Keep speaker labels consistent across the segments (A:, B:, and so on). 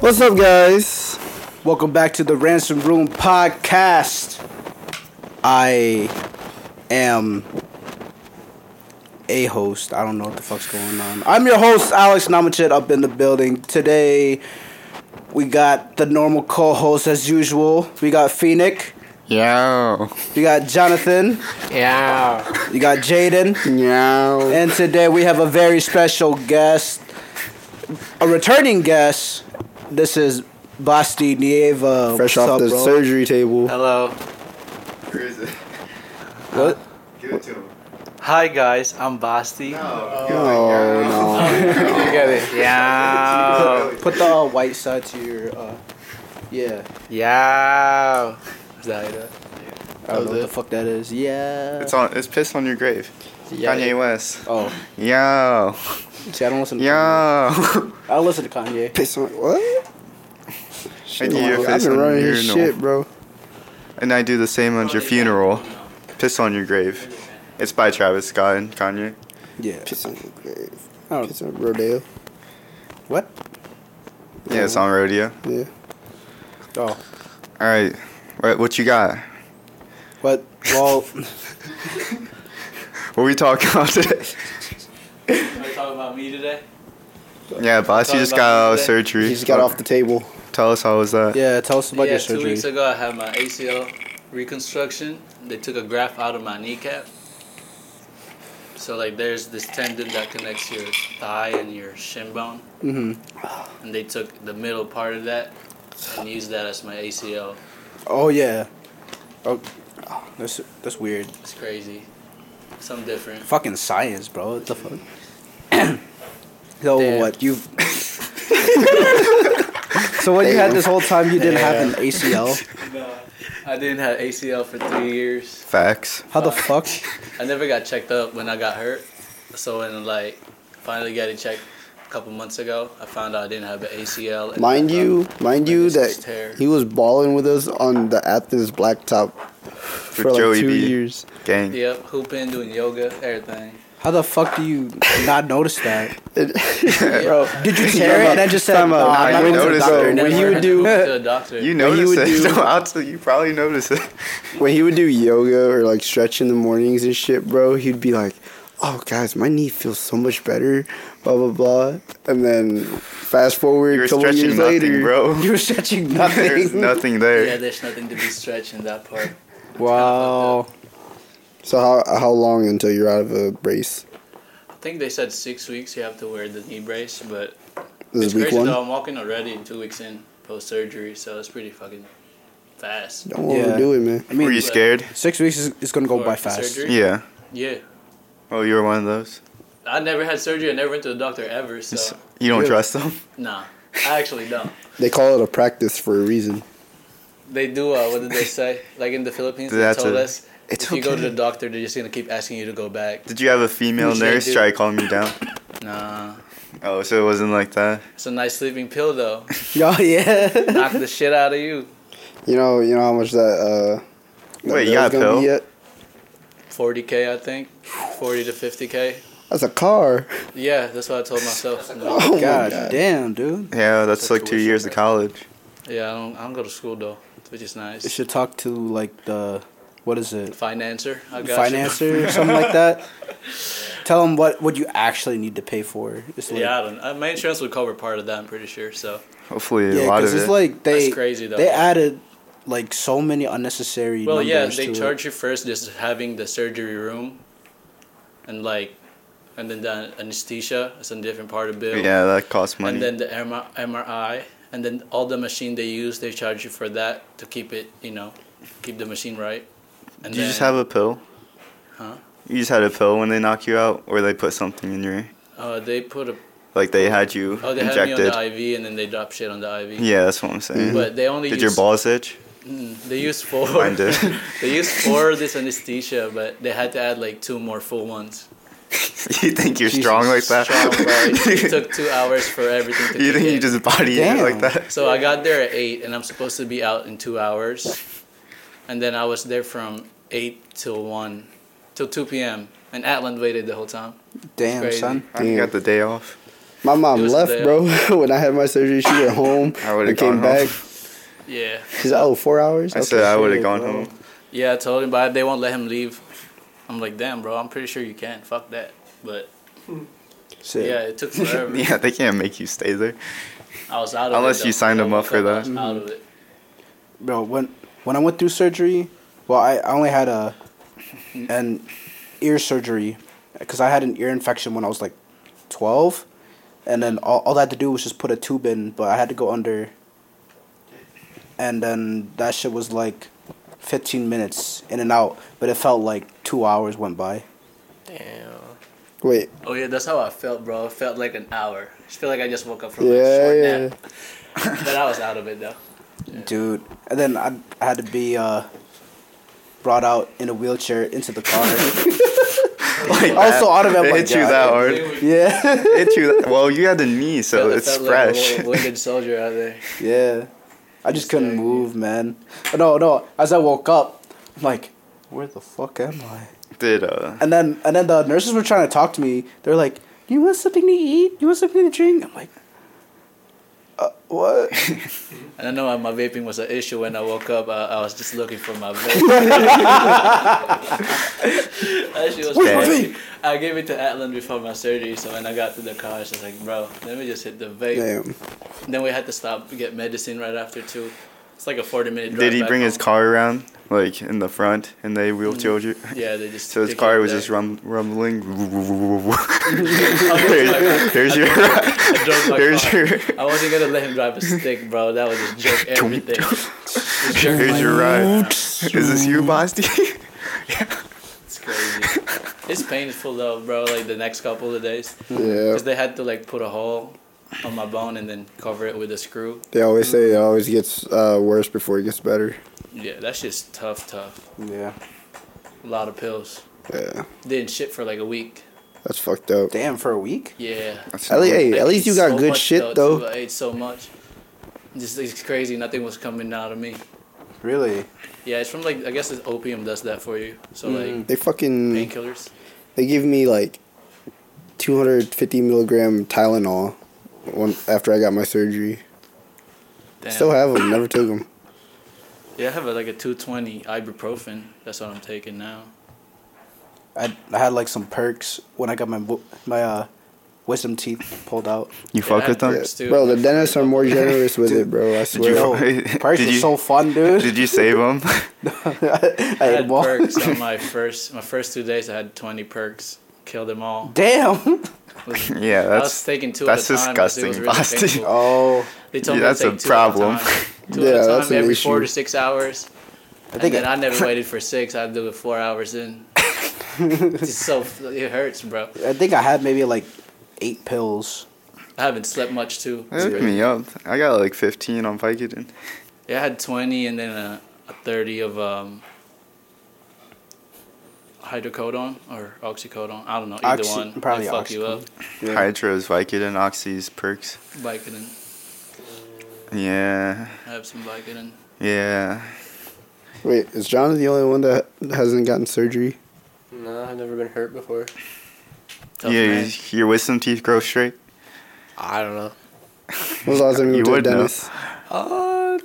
A: What's up, guys?
B: Welcome back to the Ransom Room podcast. I am a host. I don't know what the fuck's going on. I'm your host, Alex Namachet, up in the building. Today, we got the normal co host as usual. We got Phoenix.
A: Yo.
B: You got Jonathan.
A: Yeah.
B: You got Jaden.
A: Yo.
B: And today we have a very special guest, a returning guest. This is Basti Nieva.
C: Fresh
B: What's
C: off
B: up,
C: the
B: bro?
C: surgery table.
D: Hello.
E: Where is it?
B: What?
E: Give it to him.
D: Hi guys, I'm Basti.
E: No.
C: Oh
D: Yeah.
B: Put the uh, white side to your. Uh, yeah.
D: Yeah. Is that it?
B: I don't know what the fuck that is. Yeah.
E: It's on. It's piss on your grave. Kanye West.
B: oh,
E: Yo.
B: see, I don't listen. To
E: Yo.
B: Kanye. I don't listen to Kanye.
C: Piss on what?
E: I
C: Shit,
E: do your
C: I've
E: face
C: been
E: on
C: running
E: your
C: his shit,
E: urinal.
C: bro.
E: And I do the same on your funeral. Piss on your grave. It's by Travis Scott and Kanye.
B: Yeah.
C: Piss on your grave.
B: Oh.
C: Piss on Rodale.
B: What?
E: Yeah, it's on rodeo.
C: Yeah.
B: Oh.
E: All right. What, what you got?
B: What? Well,
E: What we talking about today?
D: Are you talking about me today?
E: Yeah, boss, you just got out of surgery.
C: He just got off the table.
E: Tell us how was that?
B: yeah. Tell us about
D: yeah,
B: your
D: two
B: surgery.
D: weeks ago I had my ACL reconstruction. They took a graft out of my kneecap. So like there's this tendon that connects your thigh and your shin bone.
B: hmm
D: And they took the middle part of that and used that as my ACL.
B: Oh yeah. Oh, that's that's weird.
D: It's crazy. Something different.
B: Fucking science, bro. What the fuck? so
D: Damn.
B: what you? so what you had this whole time? You didn't have an ACL.
D: I didn't have ACL for three years.
E: Facts.
B: How the fuck?
D: I never got checked up when I got hurt. So when like finally got it checked a couple months ago, I found out I didn't have an ACL. and- um,
C: Mind you, mind you
D: meniscus tear.
C: that he was balling with us on the Athens blacktop for like
E: Joey
C: two
E: B.
C: years.
E: Gang.
D: Yep, hooping, doing yoga, everything.
B: How the fuck do you not notice that?
C: bro,
B: Did you tear it and then just said,
C: Time out.
B: "Nah, I'm
E: I
B: not going to the
E: noticed
B: doctor."
E: it.
C: When
D: Never
C: he would
D: had
C: do-
D: to go to a doctor.
E: You
C: But he
E: noticed
C: would
E: it.
C: do-
E: So I'll tell you probably noticed it.
C: when he would do yoga or like stretch in the mornings and shit, bro, he'd be like, "Oh, guys, my knee feels so much better." Blah blah blah. And then fast forward
E: You're
C: a couple
E: stretching
C: years
E: nothing,
C: later,
E: bro.
B: You were stretching
E: There's
B: nothing.
E: nothing there.
D: yeah, there's nothing to be stretched in that part.
B: Wow.
C: So how how long until you're out of a brace?
D: I think they said six weeks you have to wear the knee brace, but
C: This
D: it's
C: is week
D: crazy
C: one.
D: though. I'm walking already two weeks in post surgery, so it's pretty fucking fast.
C: Don't
B: Yeah.
C: overdo it, man.
B: I
E: Were you
B: mean,
E: scared?
B: six weeks is, is gonna go
D: For
B: by fast.
D: surgery?
E: Yeah.
D: Yeah,
E: Oh, you were one of those.
D: I never had surgery. I never went to the doctor ever,
E: It's-
D: so
E: You don't
C: Really?
E: trust them.
D: nah, I actually don't.
C: They call it a practice for a reason.
D: They do. Uh, what did they say? Like in the Philippines,
E: They
D: they
E: had
D: told
E: to-
D: us if you go to the doctor, they're just gonna keep asking you to go back.
E: Did you have a female
D: Which they
E: nurse
D: do.
E: try calling you down?
D: Nah,
E: Oh, so it wasn't like that.
D: it's a nice sleeping pill though.
B: Oh yeah.
D: Knock the shit out of you.
C: You know, you know how much that. uh that
E: Wait, you got
C: bill's
E: a
C: gonna
E: pill?
C: be yet?
D: Forty k, I think. Forty to fifty k.
C: That's a car.
D: Yeah, that's what I told myself. No.
C: Oh
B: God,
C: my god.
B: damn, dude.
E: Yeah, that's
D: That's
E: like two
D: tuition,
E: years of
D: right?
E: college.
D: Yeah, I don't. I don't go to school though, which is
B: You
D: nice.
B: should talk to like the what is it?
D: Financer, I got
B: Financer or something like that. Tell them what what you actually need to pay for. It's
D: You.
B: like,
D: Yeah, I don't. Uh, my insurance would cover part of that. I'm pretty sure. So
E: Hopefully, a
B: yeah,
E: lot
B: because
E: of
B: it's
E: it.
B: like they
D: That's crazy, though.
B: they added like so many unnecessary.
D: Well, yeah,
B: numbers
D: they
B: to it.
D: charge you first just having the surgery room, and like, and then the anesthesia is a different part of bill.
E: yeah, that costs money.
D: And then the MR- MRI, and then all the machine they use, they charge you for that to keep it, you know, keep the machine right. And
E: Did you just
D: then-
E: have a pill?
D: Huh?
E: You just had a pill when they knock you out, or they put something in your
D: Uh, they put a
E: like they had you
D: oh they had me
E: injected.
D: on the IV, and then they drop shit on the IV.
E: yeah, that's what I'm saying.
D: But they only
E: Did
D: use,
E: your balls itch?
D: Mm, they use four.
E: Mine did.
D: they use four of this anesthesia, but they had to add like two more full ones.
E: you think you're strong like that?
D: Strong, bro. It took two hours for everything to.
E: you
D: kick
E: think you
D: in.
E: just body it like
B: Damn.
E: that?
D: So I got there at eight, and I'm supposed to be out in two hours, and then I was there from eight till one, till two p.m. And Atlan waited the whole time.
B: Damn
D: crazy.
B: son.
E: I got the day off.
C: My
D: It
C: mom
D: was
C: left,
D: there.
C: bro. when I had my surgery, she went home
E: I would've
C: and came
E: gone home.
C: back.
D: Yeah.
C: She's like, oh, four hours?
E: I said
C: Okay,
E: I would have
C: shit,
E: gone
C: bro.
E: home.
D: Yeah, I told him, but they won't let him leave. I'm like, damn, bro, I'm pretty sure you can. Fuck that. But
C: Shit.
D: yeah, it took forever.
E: Yeah, they can't make you stay there.
D: I was out of it.
E: Unless you
D: though.
E: signed him up for
D: I was
E: that.
D: Out of it.
B: bro. When when I went through surgery, well, I, I only had a an ear surgery because I had an ear infection when I was like twelve, and then all, all I had to do was just put a tube in, but I had to go under, and then that shit was like fifteen minutes in and out, but it felt like two hours went by.
F: Damn.
C: Wait,
D: Oh yeah, that's how I felt, bro. It felt like an hour. I feel like I just woke up from a
C: yeah,
D: short
C: yeah.
D: nap. But I was out of it though.
B: dude. And then I, I had to be uh, brought out in a wheelchair into the car.
E: Like
B: also,
E: that.
B: out of it, I'm
E: It
B: like,
E: hit you
B: God.
E: that hard.
B: Yeah,
E: It hit you. That, well, you had the knee, so
D: Felt- it
E: it's
D: felt like a
E: fresh.
D: little wounded soldier out there.
B: yeah. I just couldn't
D: Exactly.
B: move, man. No, no. As I woke up, I'm like, where the fuck am I?
E: Did uh?
B: And then and then the nurses were trying to talk to me. They're like, you want something to eat? You want something to drink? I'm like. Uh, what?
D: I don't know why my vaping was an issue when I woke up. I, I was just looking for my vape. that shit was
B: Where's my
D: crazy.
B: vape?
D: I gave it to Atlan before my surgery, so when I got to the car, she's like, bro, let me just hit the vape.
C: Damn.
D: Then we had to stop to get medicine right after, too. It's like a 40 minute drive.
E: Did he
D: back
E: bring
D: home. Mm.
E: his car around, like in the front, and they wheelchair you?
D: Yeah, they just.
E: So his
D: pick
E: car
D: up
E: was
D: there.
E: just rum- rumbling. there's, there's your,
D: I drove my
E: there's
D: car.
E: your,
D: I wasn't gonna let him drive a stick, bro. That would just jerk everything. Just jerk
E: there's
D: my-
E: your ride. Is this you, Basti?
D: It's crazy. It's painful though, bro. Like the next couple of days,
C: Yeah.
D: because they had to like put a hole on my bone and then cover it with a screw.
C: They always say it always gets uh, worse before it gets better.
D: Yeah, that shit's tough, tough.
B: Yeah.
D: A lot of pills.
C: Yeah.
D: Didn't shit for like a week.
C: That's fucked up.
B: Damn, for a week?
D: Yeah.
C: At least, hey,
D: I
C: at least
D: ate
C: you got
D: so
C: good
D: much,
C: shit,
D: too.
C: though.
D: I ate so much. Just it's crazy. Nothing was coming out of me.
B: Really?
D: Yeah, it's from like I guess it's opium does that for you. So like
C: They fucking,
D: painkillers.
C: they give me like 250 milligram Tylenol when, after I got my surgery.
D: Damn.
C: Still have them, never took them.
D: Yeah, I have a, like a 220 ibuprofen. That's what I'm taking now.
B: I, I had like some perks when I got my wo- my uh, wisdom teeth pulled out.
E: You fuck with them?
D: Yes, dude.
C: Bro, the dentists are more generous with it, bro. I
E: Did you?
C: swear.
B: Yo, perks
E: did
B: are
E: you?
B: so fun, dude.
E: Did you save them?
B: I,
D: I
B: ate
D: had
B: them all.
D: perks on my first my first two days. I had 20 perks. Killed them all.
B: Damn.
D: Was-
E: yeah,
D: I was
E: that's
D: taking two
E: that's
D: at a time. 'cause it was
E: disgusting,
D: really
E: Basti.
D: painful.
B: Oh,
D: They told
E: Yeah,
D: me
E: that's
D: to take
E: a
D: two at
E: problem.
D: time. Two
C: Yeah,
D: at a
C: that's
D: time
C: an
D: every
C: issue.
D: four to six hours. I
B: think
D: and then
B: it-
D: I never waited for six. I'd do it four hours in. it's so it hurts, bro.
B: I think I had maybe like eight pills.
D: I haven't slept much too.
E: They hooked me up. I got like 15 on Vicodin.
D: Yeah, I had 20 and then a, a 30 of um, hydrocodone or oxycodone. I don't know. Either
B: Oxy-
D: one.
B: probably
D: They fuck you up.
E: Hydros, Vicodin, Oxys, Perks.
D: Vicodin.
E: Yeah,
D: I have some Vicodin.
E: yeah.
C: Wait, is John the only one that hasn't gotten surgery?
F: No, I've never been hurt before.
D: Tough
E: yeah,
D: man.
E: your your wisdom teeth grow straight.
F: I don't know.
C: When was the last time
E: You
C: you went to a
E: would know.
C: dentist?
F: Uh,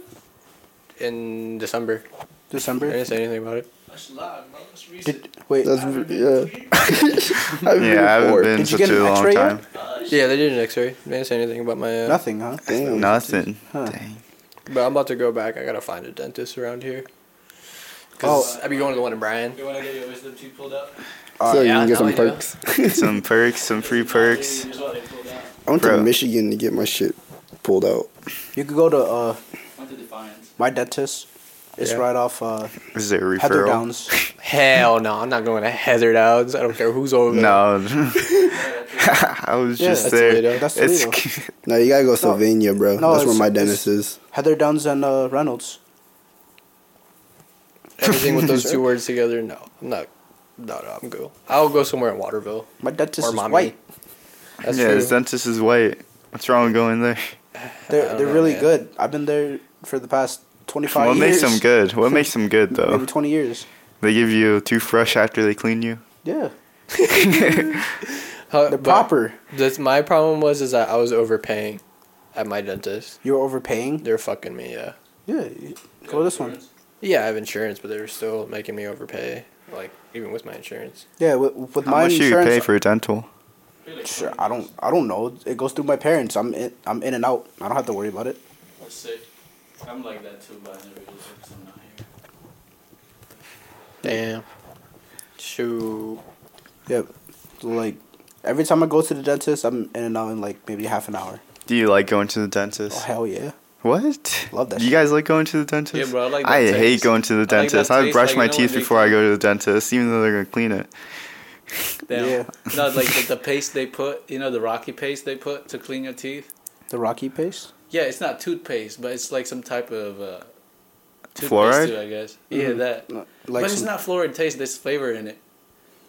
F: in December. I
B: December.
F: didn't say anything about it.
D: That's live, bro. That's recent.
B: Did wait? uh,
C: That's yeah. I've
E: Yeah, I haven't
C: before.
E: been
B: Did you
E: for
B: get an
E: too long
B: x-ray yet?
E: time.
F: Yeah, they did an X-ray. They didn't say anything about my. Uh,
B: Nothing, huh?
C: Damn.
E: Nothing.
B: Huh.
E: Dang.
F: But I'm about to go back. I gotta find a dentist around here. Cause I'd be going to the one in Bryan.
D: You want to get your wisdom teeth pulled out?
C: so you
F: yeah,
C: can get
F: no,
C: some
F: I do.
C: perks.
E: Some perks, some free perks.
D: Here's what they pulled out.
C: I went
E: Bro.
C: to Michigan to get my shit pulled out.
B: You could go to uh,
D: Went to Defiance.
B: my dentist. It's
F: Yeah.
B: right off uh,
E: Is there a
B: Heather
E: referral?
B: Downs.
F: Hell no, I'm not going to Heather Downs. I don't care who's over there.
E: No, I was
B: Yeah,
E: just
F: that's
E: there.
F: Toledo.
B: That's
E: It's
B: Toledo.
C: No, you gotta go Sylvania, bro.
B: no,
C: That's where
B: it's-
C: my
B: it's-
C: dentist is.
B: Heather Downs and uh, Reynolds.
F: Everything with those two words together, no. I'm not. No, no, I'm cool. I'll go somewhere in Waterville.
B: My dentist
F: Or
B: is
F: mommy.
B: white.
F: That's
E: yeah,
F: true.
E: his dentist is white. What's wrong with going there?
F: I
B: They're
F: don't
B: they're
F: know,
B: really
F: man.
B: good. I've been there for the past twenty five
E: what
B: years.
E: makes them good? What makes them good
B: Maybe
E: though?
B: twenty years.
E: They give you a toothbrush after they clean you.
B: Yeah.
F: How-
B: They're
F: but
B: proper.
F: That's my problem was is that I was overpaying at my dentist.
B: You're overpaying.
F: They're fucking me. Yeah.
B: Yeah, you- go this one.
F: Yeah, I have insurance, but they were still making me overpay. Like even with my insurance.
B: Yeah, with, with
E: How
B: my
E: much do you
B: insurance,
E: pay for dental?
B: Sure, I don't. I don't know. It goes through my parents. I'm. In, I'm in and out. I don't have to worry about it.
D: That's sick. I'm like that too, but I never use it because I'm not here.
F: Damn. Shoot.
B: Yeah, like every time I go to the dentist, I'm in and out in like maybe half an hour.
E: Do you like going to the
B: Oh
E: dentist?
B: hell yeah!
E: What?
B: Love that
E: You
B: shit.
E: guys like going to the dentist?
D: Yeah, bro, I like that
E: I hate
D: taste.
E: going to the
D: like that
E: dentist. I,
D: taste,
E: brush
D: like,
E: my
D: you know, when
E: teeth
D: they
E: before I go to the dentist, even though they're gonna clean it.
D: Damn.
B: Yeah.
D: No, like the, the paste they put, you know, the rocky paste they put to clean your teeth.
B: The Rocky paste.
D: Yeah, it's not toothpaste, but it's like some type of uh, toothpaste
E: Fluoride?
D: too, I guess. Yeah,
B: Mhm.
D: that.
B: Like
D: but it's
B: some-
D: not fluoride taste. There's flavor in it.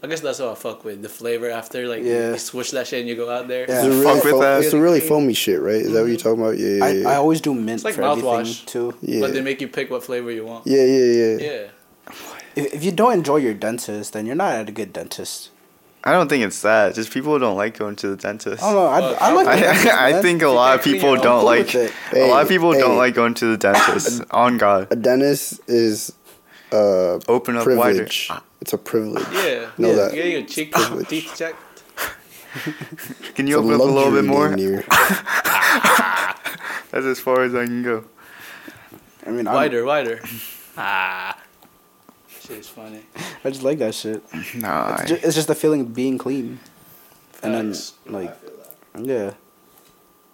D: I guess that's what I fuck with. The flavor after, like,
B: Yeah.
D: you swish that shit and you go out there.
B: Yeah.
C: It's a really
E: Fuck with
C: fo-
E: that.
C: It's a really foamy shit, right? Is that what you're talking about? Yeah, yeah, yeah.
B: I, I always do mint
D: It's like
B: for
D: mouthwash.
B: everything too.
C: yeah.
D: But they make you pick what flavor you want.
C: yeah, yeah, yeah.
D: Yeah.
B: If, if you don't enjoy your dentist, then you're not at a good dentist.
E: I don't think it's that. Just people don't like going to the dentist.
B: I don't know. I,
D: Fuck,
B: I like.
E: I,
B: the dentist,
E: I
B: man.
E: think a lot of
D: clean
E: people
D: your own
E: don't
B: cool
E: like
B: with it.
E: a lot of
C: Hey,
E: people don't
C: hey.
E: like going to the dentist. On God,
C: A dentist is uh,
E: open up wider. Ah.
C: privilege. It's a privilege.
D: Yeah.
C: Know
D: yeah.
C: that.
D: Getting your cheek
C: Privilege.
D: teeth checked.
E: Can
C: It's
E: you open up a little bit
C: luxury
E: more?
C: down here.
E: That's as far as I can go.
B: I mean, I'm-
D: Wider, wider. ah. Shit is funny.
B: I just like that shit.
E: Nah,
B: It's ju- it's just the feeling of being clean, and then
D: Facts.
B: like, yeah.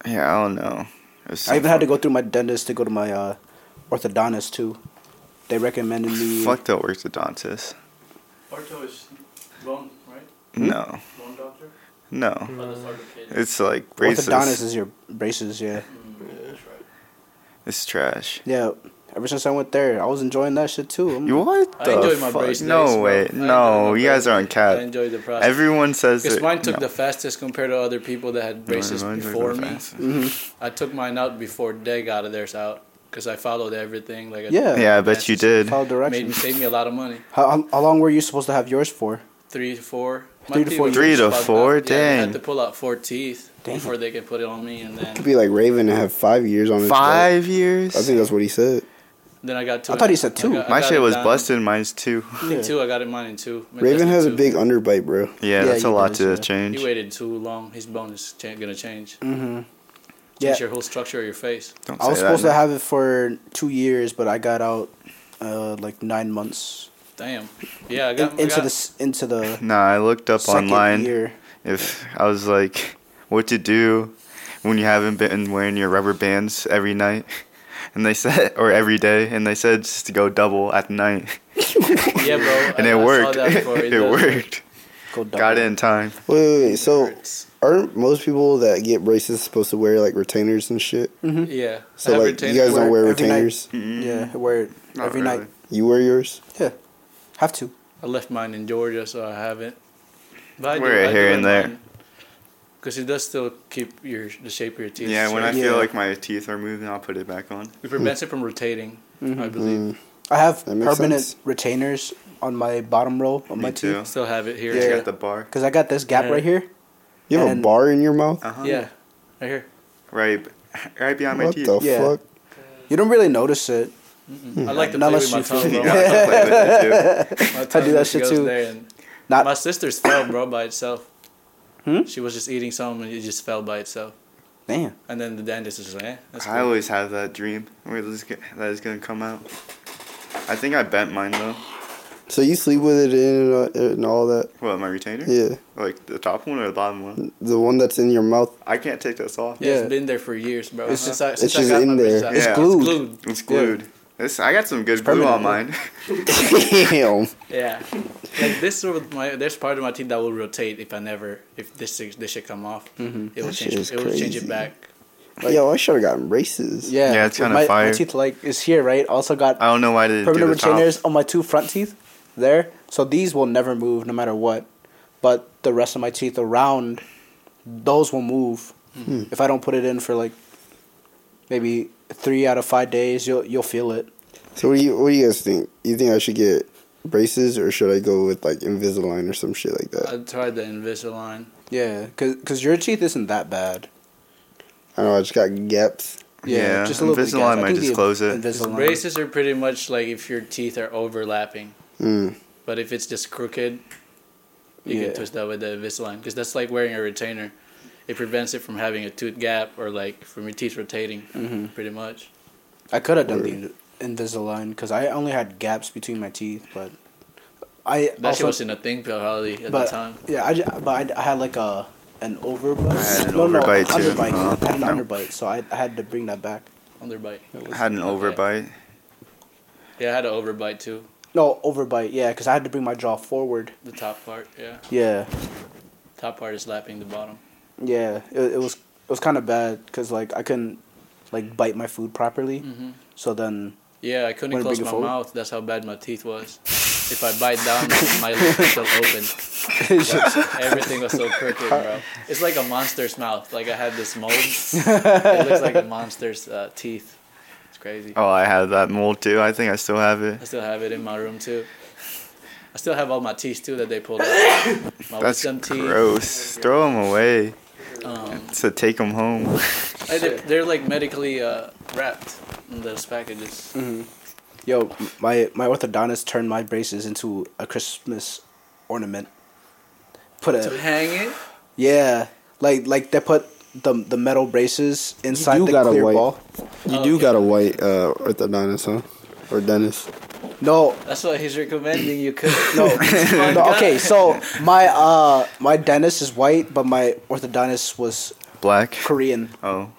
E: yeah, I don't know. It's so
B: I even had to go through my dentist to go to my uh, orthodontist too. They recommended me.
E: Fuck the orthodontist.
D: Ortho is bone, right?
B: Hmm?
E: No,
D: Bone doctor?
E: no.
D: Mother's orthopedic.
E: It's like braces.
B: Orthodontist is your braces, yeah,
E: It's trash.
B: yeah. Ever since I went there, I was enjoying that shit too. I'm-
E: You what
D: I
E: the
D: enjoyed my
E: fuck?
D: braces,
E: no
D: bro. I
E: way.
D: enjoyed
E: No,
D: my
E: you guys
D: braces.
E: are on
D: I
E: cap.
D: enjoyed the process.
E: Everyone says
D: Because
E: that.
D: mine took
E: no.
D: the fastest compared to other people that had braces
E: Mine took the
D: before me.
E: fastest.
D: I took mine out before they got of theirs out because I followed everything. Like I-
B: Yeah.
E: Yeah, I bet you did.
B: Follow
D: Made me
B: directions.
D: save me a lot of money.
B: How, how long were you supposed to have yours for?
D: Three to four. My
B: Three to
D: teeth
B: four
D: were
E: Three to
D: fucked
E: four?
D: up. Yeah, I
E: Dang.
D: had to pull out four teeth
B: Damn.
D: before they could put it on me, and
C: Could
D: then
C: be like Raven and have five years on his
E: Five years.
C: belt. I think that's what he said.
D: then I got two.
B: I thought he said two.
D: got- I
E: my
D: got
E: shit
D: it
E: was
D: down.
E: busted. Mine's two.
D: I think two. I got it mine in two. My cousin
C: Raven has a
D: two.
C: big underbite, bro.
E: Yeah, that's
B: you
E: a lot
B: guys,
E: to
B: yeah.
E: change.
D: You waited too long. His bone is cha- gonna change.
B: Mm, Yeah,
D: Change your whole structure of your face.
E: Don't
B: Mm-hmm. I was
E: say
B: supposed
E: that.
B: to have it for two years, but I got out uh, like nine months
D: Damn. Yeah, I
B: in,
D: got I
B: into
D: got-
B: the s- into the
E: Nah, I looked up
B: second
E: online
B: year.
E: if I was like, what to do when you haven't been wearing your rubber bands every night, and they said, or every day, and they said just to go double at night,
D: Yeah, bro.
E: and it
D: I- I saw
E: worked.
D: that before.
E: it
D: does
E: worked.
B: Go double.
E: Got it in time.
C: Wait, wait, wait. So,
D: Hurts.
C: aren't most people that get braces supposed to wear like retainers and shit?
D: Yeah. I
C: So,
D: have
C: like, you
D: retainers.
C: guys don't wear
B: Every night.
C: retainers?
B: Yeah, I wear it
E: Mm-hmm. Not
B: every
E: really.
B: night.
C: You wear yours?
B: Yeah, have to.
D: I left mine in Georgia, so I haven't. But I
E: Wear it here and there.
D: Because it does still keep your the shape of your teeth.
E: Yeah, when I
D: straight.
E: feel
B: Yeah.
E: like my teeth are moving, I'll put it back on.
D: It prevents it from rotating, I
C: Mm-hmm.
D: believe.
C: Mm.
B: I have
C: That makes
B: permanent
C: sense.
B: retainers on my bottom row of my
E: Me too.
B: teeth
D: Still have it here.
E: It's
B: Yeah.
E: got the bar
B: because I got this gap
D: Yeah.
B: right here.
C: You have
B: And-
C: a bar in your mouth?
E: Uh-huh.
D: Yeah. Right here.
E: right, right behind my
C: What
E: teeth.
C: the
B: Yeah.
C: fuck?
B: You don't really notice it.
D: I like to
B: Not
D: play
B: unless
D: with my
B: you
D: tongue,
B: feel
D: bro.
E: Yeah, I play with it too.
D: My tongue
B: do that shit
D: goes
B: too.
D: there and-
B: Not
D: my sister's fell, bro, by itself.
B: Hmm?
D: She was just eating something and it just fell by itself.
B: damn.
D: And then the dentist was just like, eh, that's
E: I
D: cool.
E: always have that dream where this g- that is gonna come out. I think I bent mine though.
C: So, you sleep with it in and, uh, and all that?
E: What my retainer?
C: Yeah.
E: Like the top one or the bottom one?
C: The one that's in your mouth?
E: I can't take this off.
D: Yeah,
B: Yeah.
D: it's been there for years, bro.
B: It's
D: since I,
C: it's
D: since I
C: just
D: got
C: in
D: my
C: there.
D: bitch out.
B: It's glued.
D: glued.
E: It's glued. This I got some good glue
B: permanent,
E: on mine.
C: Damn.
D: Yeah, like this sort of my there's part of my teeth that will rotate if I never if this thing- this shit come off, it will
C: That
D: change
C: shit is
D: it will change
C: crazy.
D: it back.
C: Yo, I should have gotten braces.
B: Yeah,
E: Yeah, it's
B: with
E: kinda
B: my,
E: fire.
B: My teeth like is here, right? Also got
E: I don't know why they didn't do
B: permanent
E: the top.
B: retainers on my two front teeth there, so these will never move no matter what. But the rest of my teeth around those will move if I don't put it in for like maybe three out of five days. You'll you'll feel it.
C: So what do you what do you guys think? You think I should get braces or should I go with like Invisalign or some shit like
E: Uh,
C: that?
D: I tried the Invisalign.
B: Yeah, cause, 'cause your teeth isn't that bad.
C: I don't know. I just got gaps.
E: Yeah, Invisalign
B: gaps. I
E: might
B: think
E: just
B: the
E: close it.
B: Invisalign-
D: Braces are pretty much like if your teeth are overlapping,
C: Mm.
D: but if it's just crooked, you
B: Yeah.
D: can twist that with the Invisalign because that's like wearing a retainer. It prevents it from having a tooth gap or like from your teeth rotating, pretty much.
B: Mm-hmm. I could have done the Invisalign because I only had gaps between my teeth, but I
D: That shit wasn't a thing probably at
B: but
D: the time.
B: yeah, I, ju- but I, I had like a an overbite.
E: I had an
B: no, no,
E: overbite, too.
B: underbite.
E: Uh,
B: I had an
E: no.
B: underbite, so I, I had to bring that back.
D: Underbite.
E: I had an overbite.
D: Yeah, I had an overbite too.
B: No overbite, yeah, because I had to bring my jaw forward.
D: The top part, yeah.
B: Yeah,
D: Top part is lapping the bottom.
B: yeah, it, it was it was kind of bad because like I couldn't like bite my food properly,
D: Mm-hmm.
B: so then
D: Yeah, I couldn't
B: Wanna
D: close
B: bring it
D: my
B: forward?
D: mouth. That's how bad my teeth was. If I bite down, my lips are still open.
B: it's just-
D: Everything was so crooked, bro. It's like a monster's mouth. Like I had this mold. it looks like a monster's uh, teeth. It's crazy.
E: Oh, I had that mold too. I think I still have it.
D: I still have it in my room too. I still have all my teeth too that they pulled out. My
E: That's
D: wisdom teeth.
E: gross. Throw them away.
D: Um,
E: So take them home.
D: like, they're, they're like medically uh, wrapped in those packages.
B: Mm-hmm. yo, my my orthodontist turned my braces into a Christmas ornament. Put
D: To
B: a
D: hang it.
B: yeah, like like they put the the metal braces inside
C: do
B: the
C: got a
B: clear
C: white-
B: ball.
C: You
D: Oh,
C: do
D: okay.
C: got a white uh, orthodontist, huh? Or dentist.
B: No,
D: That's what he's recommending you cook.
B: No, no, okay. So my uh my dentist is white, but my orthodontist was
E: Black.
B: Korean.
E: Oh.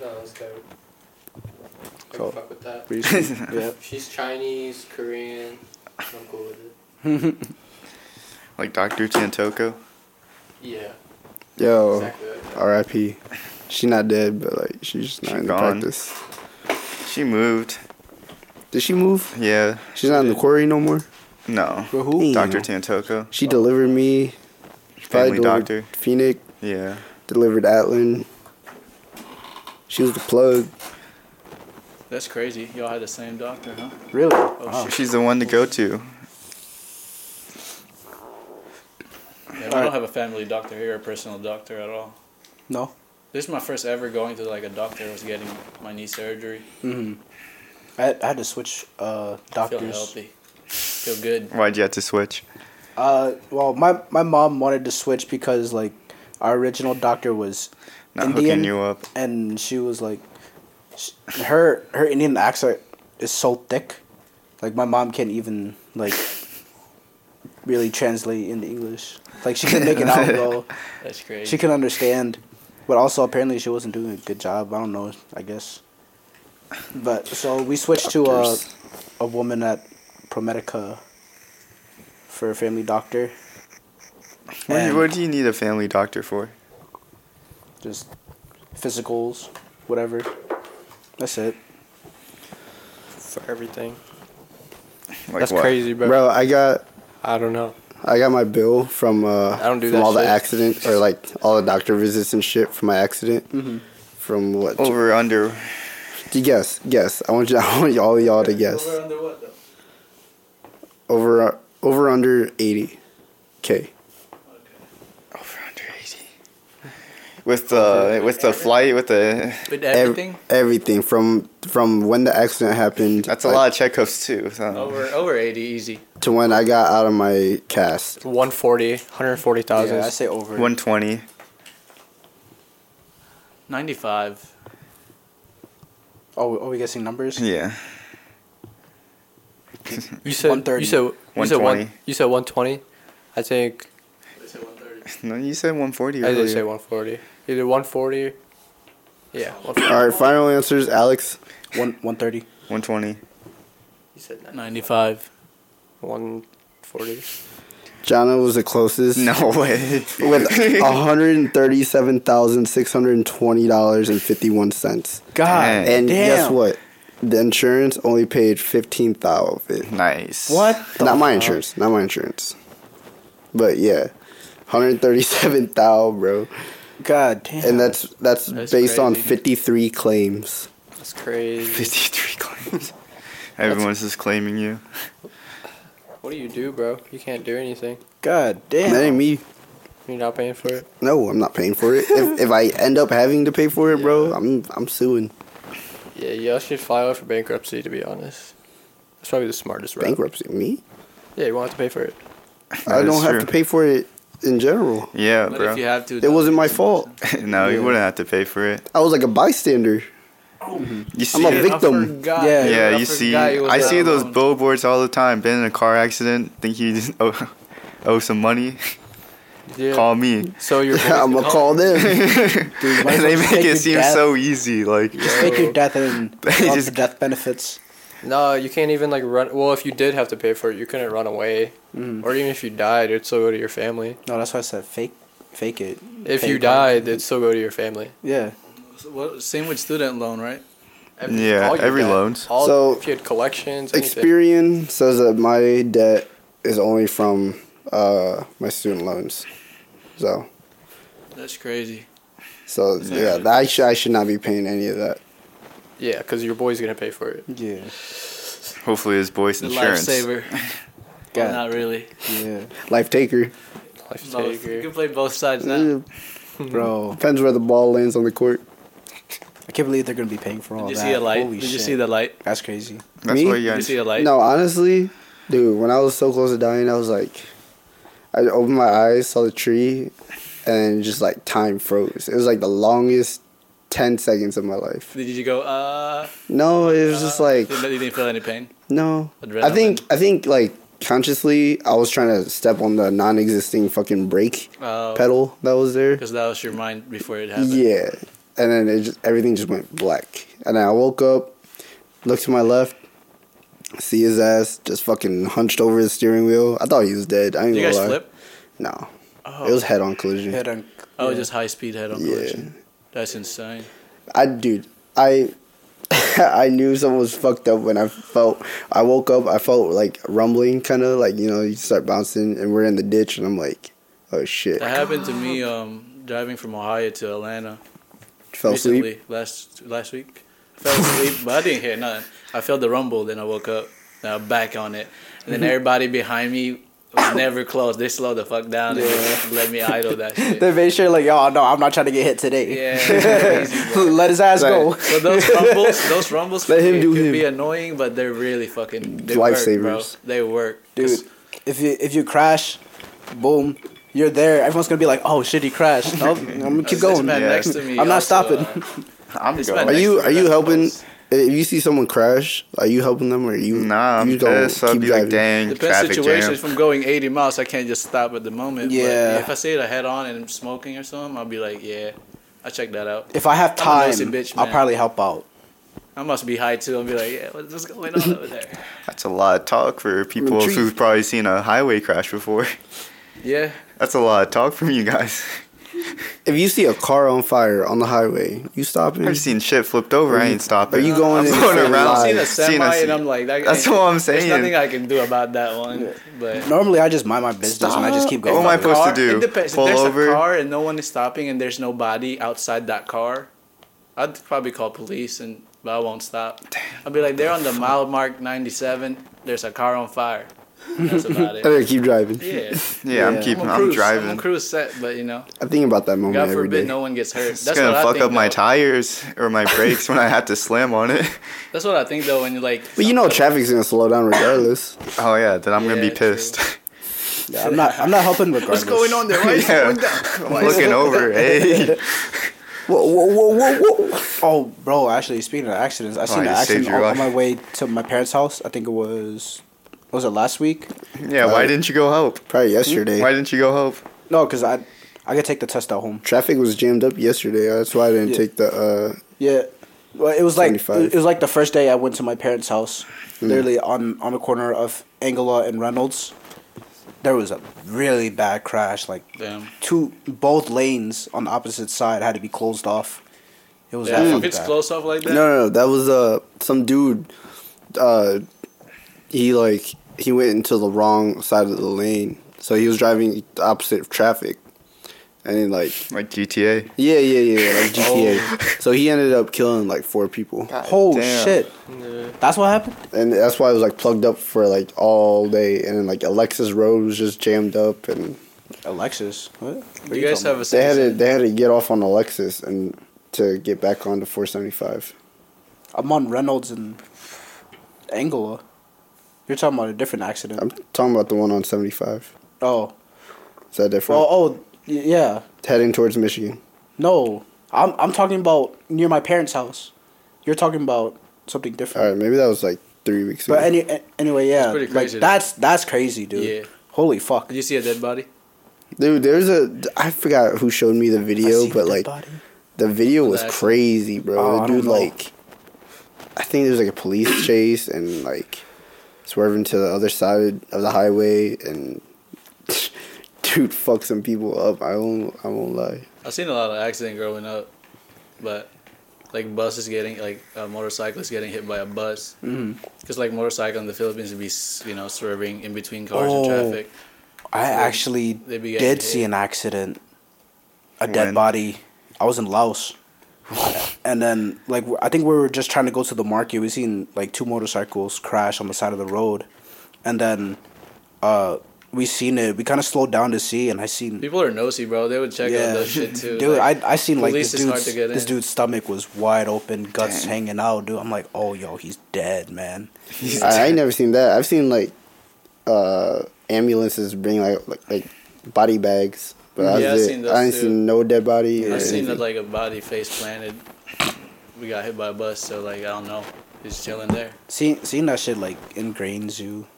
G: No, that's dope. I
B: Cool.
G: can fuck with that.
B: yeah.
G: If she's Chinese, Korean, I'm cool with it.
E: Like Dr. Tantoko.
G: Yeah,
C: Yo,
G: exactly. Like
C: R.I.P. She not dead, but like she's just not
E: She
C: in
E: gone.
C: the practice.
E: She moved.
C: Did she move?
E: Yeah.
C: She's not in the quarry no more.
E: No.
B: For who?
C: Damn.
E: Dr. Tantoko.
C: She delivered me.
E: Family
C: delivered
E: doctor.
C: Phoenix
E: Yeah.
C: delivered Atlin. She was the plug.
D: That's crazy. Y'all had the same doctor, huh?
B: Really?
D: Oh,
B: Wow.
E: She's the one to go to.
D: Yeah, I don't have a family doctor here, a personal doctor at all.
B: No.
D: This is my first ever going to like a doctor. was getting my knee surgery.
B: Mm-hmm. I had, I had to switch uh
D: Feel
B: doctors.
D: healthy. Feel good.
E: Why'd you have to switch?
B: Uh, well, my my mom wanted to switch because like our original doctor was
E: Not
B: Indian,
E: hooking you up.
B: and she was like, sh her her Indian accent is so thick, like my mom can't even like really translate into English. Like she can make it out though.
D: That's crazy.
B: She can understand, but also apparently she wasn't doing a good job. I don't know. I guess. But so we switched to a
C: Doctors.
B: a woman at Promedica for a family doctor.
E: What do, you,
B: And
E: what do you need a family doctor for?
B: just physicals, whatever. That's it.
F: for everything.
E: Like
F: That's
E: what?
F: crazy, bro.
C: Bro, I got
F: I don't know.
C: I got my bill from uh
F: I don't do
C: from
F: that
C: all the
F: shit.
C: accident or like all the doctor visits and shit from my accident. From what?
E: Over under.
C: You guess, guess. I want you, I want all y'all to guess.
D: Over under what though?
C: Over uh, over under eighty k.
E: Over under eighty. With the with the flight with the
D: With
C: Ev-
D: everything.
C: everything from from when the accident happened.
E: that's a
C: like,
E: lot of checkups too. So.
D: over over eighty easy.
C: to when I got out of my cast.
F: 140, 140,000.
B: Yeah, I say over.
E: One twenty.
D: Ninety five.
B: Oh, are we guessing numbers?
E: Yeah.
F: you said
B: 130.
F: You said you said
E: 120.
F: one. You said 120. I think
E: No, you said one forty.
F: I did say 140. Either 140. Yeah. 140.
C: All right, final answers, Alex.
B: One one thirty.
E: One twenty.
F: You said
D: Ninety five.
F: 140.
C: Jana was the closest.
E: No way.
C: With $137,620.51.
B: God
E: Dang.
C: And guess
B: Damn.
C: what? The insurance only paid 15000 of it.
E: nice.
B: What? the
C: Not my
B: fuck?
C: insurance. Not my insurance. But yeah. 137,000, bro.
B: God damn.
C: And that's that's,
D: That's
C: based on
D: crazy.
C: 53 claims.
F: That's crazy.
E: Fifty three claims. Everyone's just claiming you.
F: What do you do, bro? You can't do anything.
B: God damn.
C: That ain't me.
F: You're not paying for it.
C: No, I'm not paying for it. if, if I end up having to pay for it, bro, I'm I'm suing
F: Yeah, y'all should file for bankruptcy. To be honest, that's probably the smartest route.
C: bankruptcy. Me,
F: Yeah, you won't have to pay for it.
C: I
E: That is
C: don't have to
E: true.
C: pay for it in general.
E: Yeah,
D: But
E: bro.
D: if you have to,
C: It wasn't my fault.
E: no,
C: Yeah.
E: you wouldn't have to pay for it.
C: I was like a bystander.
E: You see
C: I'm a
E: it-
C: victim.
B: Yeah.
E: Yeah, you see, I see those billboards all the time. Been in a car accident, think you just owe, owe some money,
F: Yeah.
E: call me.
F: So you're.
C: I'm gonna call them.
B: Dude, might as well
E: and they
B: just
E: make
B: your
E: it seem
B: death-
E: so easy. Like,
B: Just fake your death and
E: They
B: just
E: just-
B: the death benefits.
F: No, you can't even like run. Well, if you did have to pay for it, you couldn't run away, or even if you died, it'd still go to your family.
B: No, that's why I said fake, fake it.
F: If
B: Pay
F: you
B: for it.
F: died, it'd still go to your family.
B: Yeah.
D: Well, same with student loan, right?
E: Yeah,
F: all your
E: every
F: debt,
E: loans.
F: All,
C: So-
F: if you had collections, anything.
C: Experian says that my debt is only from uh, my student loans. So,
D: That's crazy.
C: so
D: Mm-hmm.
C: yeah, that I, should, I should not be paying any of that.
F: Yeah, because your boy's gonna pay for it.
B: Yeah.
E: hopefully his boy's
D: The
E: insurance.
D: lifesaver.
B: God.
D: Well, not really.
B: Yeah.
C: Life taker.
F: Life
D: Both. You
F: taker.
D: can play both sides now.
C: Eh,
B: Bro,
C: Depends where the ball lands on the court.
B: I can't believe they're gonna be paying for all
D: Did you
B: that.
D: see a light?
B: Holy
D: Did you
B: shit.
D: see the light?
B: That's crazy.
E: That's
C: Me?
E: why you
D: Did you
E: guys.
D: see a light?
C: No, honestly, dude, when I was so close to dying, I was like, I opened my eyes, saw the tree, and just like time froze. It was like the longest 10 seconds of my life.
D: Did you go? Uh.
C: No, it was just
D: uh,
C: like,
D: You didn't feel any pain.
C: no. I think, I think like consciously, I was trying to step on the non existing fucking brake
D: Oh. Because
C: pedal that was there.
D: Uh, that was your mind before it happened.
C: Yeah. And then it just, everything just went black. And I woke up, looked to my left, see his ass just fucking hunched over the steering wheel. I thought he was dead. I ain't
D: Did you
C: gonna
D: guys
C: lie.
D: flip?
C: No.
D: Oh.
C: It was head on collision.
B: Head on.
D: Oh, just high speed head on
C: Yeah.
D: collision. That's insane.
C: I dude, I I knew someone was fucked up when I felt I woke up, I felt like rumbling kinda like, you know, you start bouncing and we're in the ditch and I'm like, Oh shit.
D: That happened to me um, driving from Ohio to Atlanta
C: Fell
D: recently
C: asleep.
D: last last week. I fell asleep, but I didn't hear nothing. I felt the rumble, then I woke up. Then I'm back on it, and then everybody behind me was never close. They slowed the fuck down and just let me idle that shit.
B: They made sure like, yo, no, I'm not trying to get hit today.
D: yeah, it's crazy, bro.
B: Let his ass go.
D: So those rumbles, those rumbles,
C: Let him
D: could,
C: do
D: could
C: him.
D: be annoying, but they're really fucking they
C: Lifesavers.
D: Work, bro. They work,
B: dude. If you if you crash, boom, you're there. Everyone's gonna be like, oh shit, he crashed. No, I'm gonna keep going.
D: man
E: Yeah.
D: next to me.
B: I'm not
D: also,
B: stopping.
D: uh,
E: I'm
D: this
E: going.
D: man
C: Are you
D: next to
C: are
D: me
C: you
D: that's
C: helping?
D: close.
C: If you see someone crash, are you helping them or are you?
E: Nah, I'm
C: you gonna
E: pissed. I'll
C: keep
E: be
C: driving?
E: like, dang,
D: Depends
E: traffic
D: situation.
E: jam.
D: If I'm going 80 miles, I can't just stop at the moment.
B: Yeah.
D: But if I see it head on and I'm smoking or something, I'll be like, yeah, I check that out.
B: If I have
D: I'm a
B: time,
D: nosy bitch,
B: I'll
D: man.
B: probably help out.
D: I must be high too. I'll be like, yeah, what- what's going on over there?
E: That's a lot of talk for people
C: Intrigued.
E: who've probably seen a highway crash before.
D: Yeah.
E: That's a lot of talk from you guys.
C: If you see a car on fire on the highway, you stopping?
E: I've seen shit flipped over. I ain't stopping.
C: Are you going?
E: I'm
C: in
E: going
C: the same
E: around.
D: I've seen a
C: line?
E: Seen
D: semi
E: a-
D: and I'm like, that
E: That's
D: ain't-
E: what I'm
D: There's nothing
E: saying.
D: I can do about that one. But
B: Normally, I just mind my business and I just
D: Oh
B: keep going.
E: What am I supposed to
D: Car-
E: do?
D: It depends.
E: Pull
D: if there's
E: over.
D: a car and no one is stopping and there's nobody outside that car, I'd probably call police and but I won't stop. I'll be like, they're on the mile mark 97. There's a car on fire. That's about
C: And
D: it.
C: then keep driving.
D: Yeah.
E: Yeah,
B: Yeah.
E: I'm keeping.
D: I'm,
E: I'm,
D: on cruise. I'm on
E: driving.
D: cruise set, but you know,
C: I think about that moment
D: God
C: every day.
D: forbid no one gets hurt.
E: It's
D: That's
E: gonna
D: what I
E: fuck
D: think,
E: up my
D: though.
E: tires or my brakes when I have to slam on it.
D: That's what I think though. When you like,
C: but you know, traffic's gonna slow down regardless.
E: Oh yeah, then I'm gonna
D: Yeah,
E: be
D: true.
E: pissed.
B: Yeah, I'm not. I'm not helping regardless.
D: what's going on there? Why is
E: Yeah.
D: it going down?
E: I'm looking over. Hey,
C: Whoa, whoa, whoa, whoa, whoa!
B: Oh, bro. Actually, speaking of accidents,
D: Oh,
B: I seen an
E: you saved
B: accident
E: your
B: on, on my
E: life.
B: way to my parents' house. I think it was. Was it last week?
E: yeah. Why didn't you go help?
C: Probably yesterday.
E: Why didn't you go help?
B: No, because I. I could take the test at home.
C: Traffic was jammed up yesterday. That's why I didn't
B: Yeah.
C: take the. uh
B: Yeah. Well, it was like
C: 75.
B: it was like the first day I went to my parents' house,
D: Hmm.
B: literally on on the corner of Angola and Reynolds. There was a really bad crash. Like
D: Damn.
B: two, both lanes on the opposite side had to be closed off. It was
D: Yeah,
B: that
D: if
B: fucked
D: it's
B: up.
D: close off like that,
C: No, no, no. That was uh some dude. Uh, he like he went into the wrong side of the lane, so he was driving the opposite of traffic, and then like
E: Like GTA.
C: yeah, yeah, yeah, yeah, like GTA. So he ended up killing like four people,
B: Holy
E: Damn.
B: shit. That's what happened?
C: and that's why it was like plugged up for like all day, and then like Alexis Road was just jammed up, and
B: Alexis. What?
D: Do you guys have a
C: they had to
D: citizen?
C: they had to get off on Alexis and to get back on to 475.
B: I'm on Reynolds and Angola. You're talking about a different accident.
C: I'm talking about the one on 75.
B: oh.
C: Is that different?
B: Well, oh, y- yeah.
C: Heading towards Michigan.
B: No. I'm, I'm talking about near my parents' house. You're talking about something
C: All
B: different.
C: right, maybe that was like three weeks ago.
B: But any, a- anyway, yeah.
D: pretty
B: like,
D: crazy, though.
B: that's, that's crazy, dude.
D: Yeah.
B: Holy fuck.
D: Did you see a dead body?
C: Dude, there's a I forgot who showed me the
B: I
C: video,
B: see
C: but
B: the
C: like
B: body.
C: the video was
D: That-
C: crazy, bro.
B: Oh,
C: the
B: I don't
C: dude
B: know.
C: like I think there's like a police chase and like swerving to the other side of the highway and dude fuck some people up. I won't I won't lie.
D: I've seen a lot of accident growing up, but like buses getting like uh, motorcyclists getting hit by a bus because like motorcycle in the Philippines would be s- you know swerving in between cars and
B: Oh.
D: traffic.
B: I actually
D: they be
B: did
D: getting
B: see
D: hit.
B: an accident, a dead
E: When?
B: body. I was in Laos, and then like I think we were just trying to go to the market. We seen like two motorcycles crash on the side of the road, and then uh, we seen it. We kind of slowed down to see, and I seen
D: People are nosy, bro. They would check out
B: yeah,
D: those shit too.
B: dude.
D: like,
B: I I seen like
D: police
B: this
D: is hard
B: dude's
D: to get
B: this
D: in.
B: dude's stomach was wide open, guts hanging out, dude. I'm like, oh yo, he's dead, man.
C: I, I ain't never seen that. I've seen like uh ambulances bring like like, like body bags. But that
D: Yeah,
C: was
D: I've
C: it.
D: seen those
C: I ain't
D: too.
C: seen no dead body. or
D: I seen
C: anything.
D: like a body face planted. We got hit by a bus, so like I don't know. It's chilling there.
B: Seeing seeing that shit like ingrains you,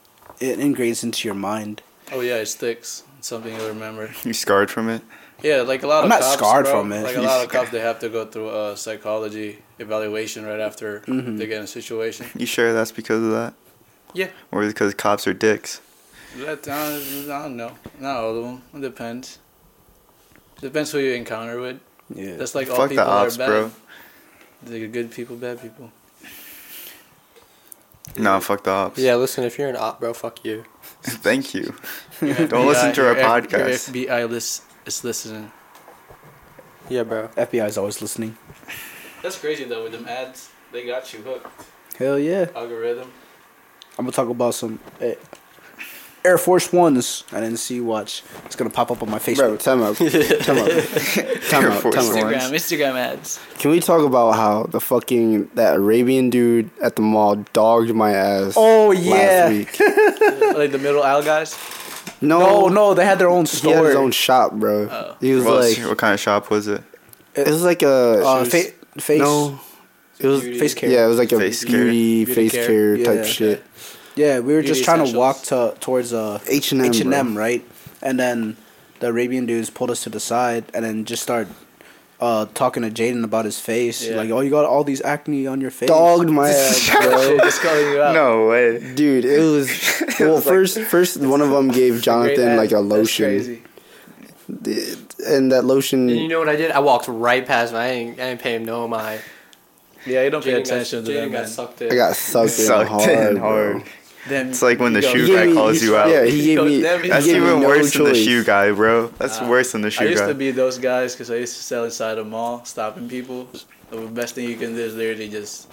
B: it ingrains into your mind.
D: Oh yeah, it sticks. It's something you'll remember.
E: You scarred from it?
D: Yeah, like a lot
B: I'm
D: of
B: not
D: cops,
B: scarred
D: bro,
B: from it.
D: Like a lot of cops, they have to go through a psychology evaluation right after
B: Mm-hmm.
D: they get in a situation.
E: You sure that's because of that?
D: Yeah.
E: Or because cops are dicks?
D: That, I don't- I don't know. Not all of them. It depends. Depends who you encounter with.
B: Yeah.
D: That's like all
E: Fuck
D: people
E: the ops,
D: are bad.
E: bro.
D: The good people, bad people.
E: No, fuck the ops.
F: Yeah, listen, if you're an op, bro, fuck you.
E: Thank you.
D: Your
E: Don't listen to our
D: your F- your
E: podcast.
D: FBI list is listening.
F: Yeah, bro.
B: FBI is always listening.
D: That's crazy though. With them ads, they got you hooked.
B: Hell yeah.
D: Algorithm.
B: I'm gonna talk about some eh, Air Force Ones. I didn't see watch. It's gonna pop up on my
C: Bro,
B: Facebook.
C: time out. Time out. Time
E: Air
C: out.
E: Force
C: Time out.
E: One.
D: Instagram, Instagram ads.
C: Can we talk about how the fucking that Arabian dude at the mall dogged my ass?
B: Oh, yeah.
C: Last week.
D: like the middle aisle guys.
C: No,
B: No, no, they had their own
C: He had
B: store.
C: his own shop, bro.
F: Oh.
C: he was
E: What,
C: like,
E: what kind of shop was it?
C: it was like a
B: uh, fa- face.
C: no, it was
B: Face care.
C: Yeah, it was like a
E: Face
C: face
E: care.
C: beauty,
D: Beauty
C: face
D: care.
C: care, type
B: Yeah.
C: shit.
B: Yeah, we were
D: Beauty
B: just trying to walk
D: essentials.
B: to towards uh
C: H and M,
B: H and M, right? And then the Arabian dudes pulled us to the side and then just started uh, talking to Jaden about his face.
D: Yeah.
B: Like, oh, you got all these acne on your face.
C: Dogged my ass, bro.
D: Just calling
C: uh,
D: you out.
E: No way.
C: Dude, it was well. first, first one of them gave
D: Great
C: Jonathan
D: ad.
C: like a
D: That's
C: lotion,
D: crazy.
C: and that lotion.
F: And you know what I did? I walked right past him. I ain't, I ain't pay him no mind.
D: Yeah, you don't pay
F: Jaden got-
D: attention to
F: Jaden
D: them,
F: got
D: man.
F: sucked in.
C: I got sucked,
E: Sucked
C: in hard.
E: in
C: bro.
E: hard.
D: Them-
E: It's like when the
D: you go-
E: shoe
C: He
E: guy
C: gave me-
E: calls
C: he-
E: you out.
C: Yeah, he gave
D: Yo,
C: me.
D: damn, he
C: he
E: That's
C: gave me
E: even
C: no
E: worse than the
C: choice.
E: shoe guy, bro. That's
D: Uh,
E: worse than the shoe
D: I used
E: guy.
D: to be those guys because I used to sell inside a mall, stopping people. The best thing you can do is literally just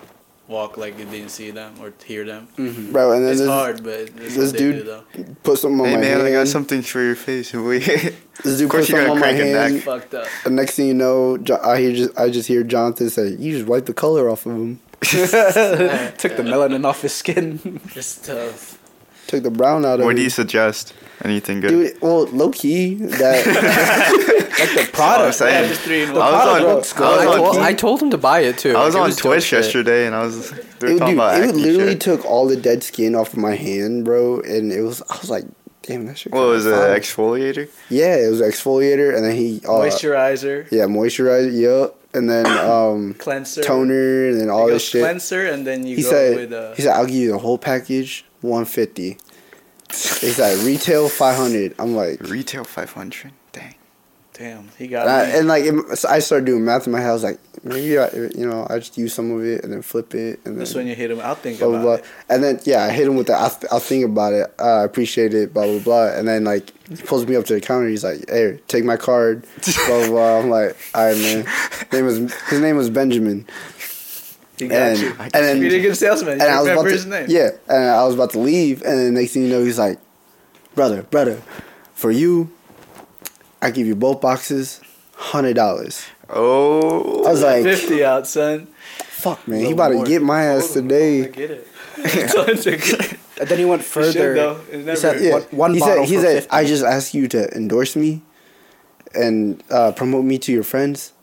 D: walk like you didn't see them or hear them.
C: Bro, and then
D: It's
C: this,
D: hard, but this
C: this
D: what they do,
C: dude-
D: though.
C: put something on
E: hey
C: my
E: man,
C: hand.
E: I got something for your face. We-
C: This dude
E: Of course
C: put
E: you're
C: something
E: gonna
C: on my
E: crack a neck.
C: hand.
D: fucked up.
C: The next thing you know, Jo- I hear just I just hear Jonathan say, "You just wipe the color off of him."
B: Took the melanin off his skin.
D: It's tough.
C: Took the brown out of
E: what
C: him.
E: do you suggest? Anything good?
C: Dude, well, low key that
B: like the
E: I
B: product.
E: was saying-
D: Yeah, just three in
E: I
D: one.
E: was
B: product
E: on, I
B: looks
E: was
B: good.
F: I, told,
E: on,
F: I told him to buy it too.
E: I was
F: It
E: on
F: dope
E: Twitch
F: shit.
E: yesterday, and I was they were
C: it, dude,
E: talking about
C: it
E: acne
C: literally
E: shit.
C: took all the dead skin off of my hand, bro, and it was I was like, "Damn, that shit."
E: What
C: kinda
E: was it?
C: fine."
E: Exfoliator?
C: yeah, it was exfoliator, and then he uh,
D: Moisturizer,
C: Yeah, moisturizer. Yup, and then um,
D: cleanser,
C: toner, and then all
D: It
C: this
D: goes
C: shit.
D: Cleanser, and then you
C: he
D: go
C: said,
D: with uh,
C: he said, I'll give you the whole package, one fifty. He said, retail five hundred. I'm like,
E: Retail five hundred. Dang.
D: Damn, he got
C: And, I,
D: me.
C: and like it, so I started doing math in my head. I was like, maybe I, you know, I just use some of it and then flip it and then
D: That's when you hit him. I'll think
C: blah blah
D: about
C: blah.
D: it.
C: And then yeah, I hit him with the I'll, th- I'll think about it. Uh, I appreciate it. Blah blah blah. And then like he pulls me up to the counter. He's like, "Hey, take my card." Blah blah. blah. I'm like, "All right, man." His name was his name was Benjamin.
D: He got
C: And
D: you.
C: and then
D: You're a good salesman. You
C: and I was
D: remember
C: about
D: his
C: to,
D: name.
C: yeah, and I was about to leave, and the next thing you know, he's like, "Brother, brother, for you, I give you both boxes, hundred dollars." I
E: Oh,
C: was like,
D: 50 out, son.
C: "Fuck, man, he about to get my ass
F: I
C: today."
F: get it.
D: Told him to get-
B: And then he went further.
D: though. It's
B: he
D: never-
B: said
C: Yeah.
B: one, one
C: he
B: bottle
C: said, he
B: for
C: said,
B: 50.
C: "I just asked you to endorse me, and uh, promote me to your friends,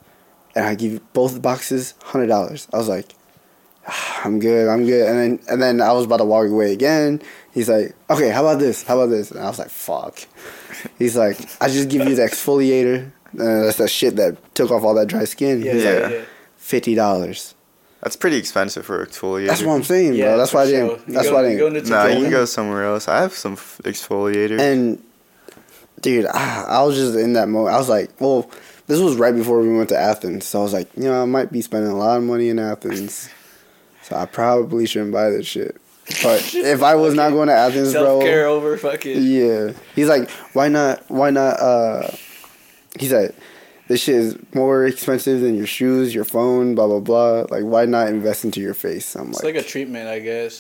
C: and I give you both boxes, hundred dollars." I was like, "Ah, "I'm good, I'm good." And then and then I was about to walk away again. He's like, "Okay, how about this? How about this?" And I was like, "Fuck." He's like, "I just give you the exfoliator. Uh, that's that shit that took off all that dry skin."
D: Yeah,
C: He's
D: yeah,
C: like,
D: yeah.
E: Yeah.
C: Fifty dollars.
E: that's pretty expensive for exfoliator.
C: That's what I'm saying, bro. That's why I
D: for sure.
C: didn't.
D: You
C: That's
D: go-
C: why I
D: you
C: didn't.
D: go into
E: Nah, you
D: Tupperware.
E: can go somewhere else. I have some f- exfoliator.
C: And dude, I, I was just in that moment. I was like, well, this was right before we went to Athens, so I was like, you know, I might be spending a lot of money in Athens, so I probably shouldn't buy this shit. But if I was not going to Athens,
D: Self care
C: bro,
D: over fucking.
C: yeah, he's like, why not? Why not? uh He's like, this shit is more expensive than your shoes, your phone, blah blah blah. Like, why not invest into your face? I'm
D: It's like a treatment, I guess.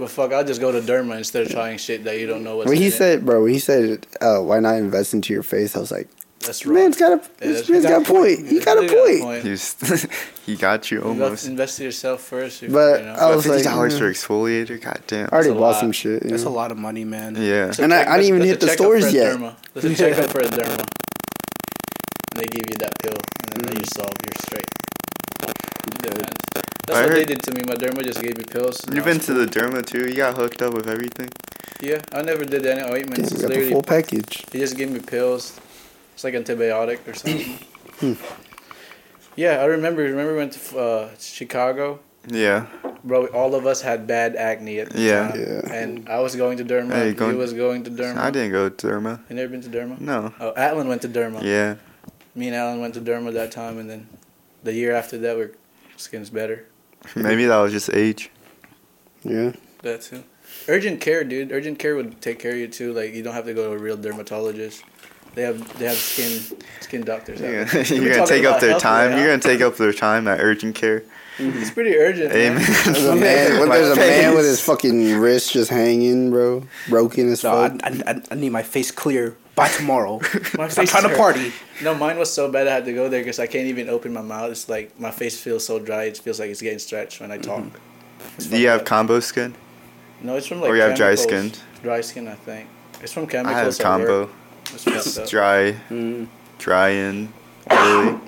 D: But fuck, I'll just go to Derma instead of trying shit that you don't know what's
C: when he
D: in it.
C: said, bro, when he said, uh, why not invest into your face? I was like.
D: That's
C: This
D: wrong.
C: man's got a
D: Yeah,
C: this
D: that's-
C: man's got a point. He got a point.
E: He was- he got you
D: Invest,
E: almost.
D: invest in yourself first. if-
C: But
D: you know.
C: I
E: But
C: was
E: Fifty
C: like,
E: dollars
C: mm,
E: for exfoliator. Goddamn.
C: I already
D: That's a
C: bought
D: lot.
C: some shit. you
B: That's a
C: know.
B: lot of money, man.
E: Yeah.
D: Let's
C: And I-
D: check-
C: I didn't even
D: let's
C: hit the
D: check up
C: stores
D: for a
C: yet.
D: Derma. Let's check up for a derma. And they give you that pill, and
C: Mm.
D: then you solve. You're straight. Depends. That's
E: I
D: what they
E: heard-
D: did to me. My derma just gave me pills. and I
E: You've been
D: was
E: to the derma too. You got hooked up with everything.
D: cool. Yeah, I never did any
C: Damn,
D: ointments.
C: we
D: It's
C: got the full
D: literally,
C: package.
D: he just gave me pills. It's like antibiotic or something. Hmm. yeah, I remember. Remember we went to uh, Chicago,
E: Yeah.
D: bro. All of us had bad acne at the
E: Yeah.
D: time,
C: Yeah.
D: and I was going to derma.
E: Hey,
D: he
E: going-
D: was going to derma.
E: I didn't go to derma.
D: You never been to derma?
E: No.
D: Oh, Atlan went to derma.
E: Yeah.
D: Me and Alan went to derma that time, and then the year after that, our skin's better.
E: Maybe that was just age.
C: Yeah.
D: That too. Urgent care, dude. Urgent care would take care of you too. Like you don't have to go to a real dermatologist. They have they have skin skin doctors. out
E: You're
D: there.
E: gonna,
D: We're
E: you're gonna
D: talking
E: take up
D: about
E: their
D: health
E: time.
D: right
E: You're
D: now.
E: gonna take up their time at urgent care.
D: It's pretty urgent.
E: Amen.
D: Man.
C: There's a man, when
E: My
C: there's a man with his
E: face.
C: fucking wrist just hanging, bro, broken as
B: So I,
C: fuck.
B: I, I- I need my face clear by tomorrow.
D: My
B: I'm
D: face
B: trying to
D: hurt.
B: party.
D: No, mine was so bad I had to go there because I can't even open my mouth. It's like my face feels so dry. It feels like it's getting stretched when I talk. It's
E: Mm-hmm. Do you
D: fucked
E: have
D: up.
E: combo skin?
D: No, it's from like.
E: Or you have dry
D: chemicals.
E: skin?
D: Dry skin, I think. It's from
E: I
D: chemicals.
E: have
D: at work.
E: combo.
D: It's fucked up.
E: It's dry,
D: Oh,
B: Mm.
E: dry and oily.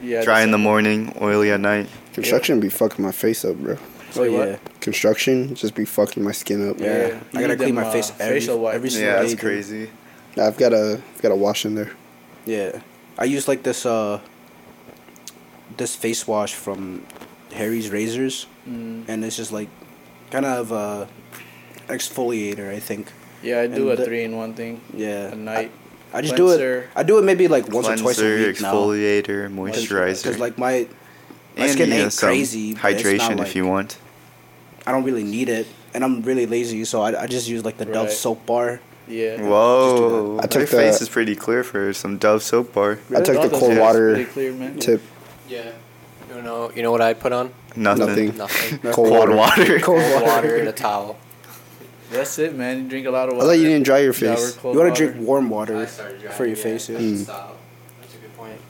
D: Yeah,
E: Dry in
D: that's-
E: the morning, oily at night.
C: Construction be fucking my face up, bro.
B: Oh
D: Say what?
B: yeah,
C: Construction just be fucking my skin up.
D: Yeah.
B: yeah.
D: You
B: I gotta
D: need
B: clean
D: them,
B: my
D: uh,
B: face every,
D: facial wipes.
B: every single
E: Yeah,
B: day.
E: that's
B: dude.
E: crazy.
C: I've got a I've got a wash in there.
B: Yeah, I use like this uh this face wash from Harry's Razors,
D: mm.
B: and it's just like kind of a exfoliator, I think.
D: Yeah, I do
B: And
D: a
B: the-
D: three in one thing
B: Yeah,
D: a night.
B: I, I just do
D: Cleanser.
B: it. I do it maybe like once or twice a
E: Cleanser,
B: week now.
E: exfoliator,
B: Because
E: moisturizer.
B: like my my
E: and
B: skin
E: you know,
B: ain't
E: some
B: crazy. but it's not,
E: Hydration
B: like-
E: if you want.
B: I don't really need it, and I'm really lazy, so I, I just use like the Dove
D: Right.
B: soap bar.
D: Yeah.
E: Whoa.
C: I
E: I
C: took
E: Your face
C: the-
E: is pretty clear for some Dove soap bar.
C: I took the
D: Those
C: cold
D: are
C: water
D: pretty clear, man.
C: tip.
F: Yeah. You know, you know what I'd put on?
E: Nothing.
C: Nothing.
F: Nothing.
C: Cold
E: Cold
C: water.
E: water.
F: Cold water and a towel.
D: That's it, man. You drink a lot of
C: I
D: water.
C: thought you didn't dry your
D: Shower,
C: face.
D: cold
B: you want to
D: water.
B: drink warm water
G: started
B: for your face. Yeah.
E: Hmm.
G: Style. That's a good point.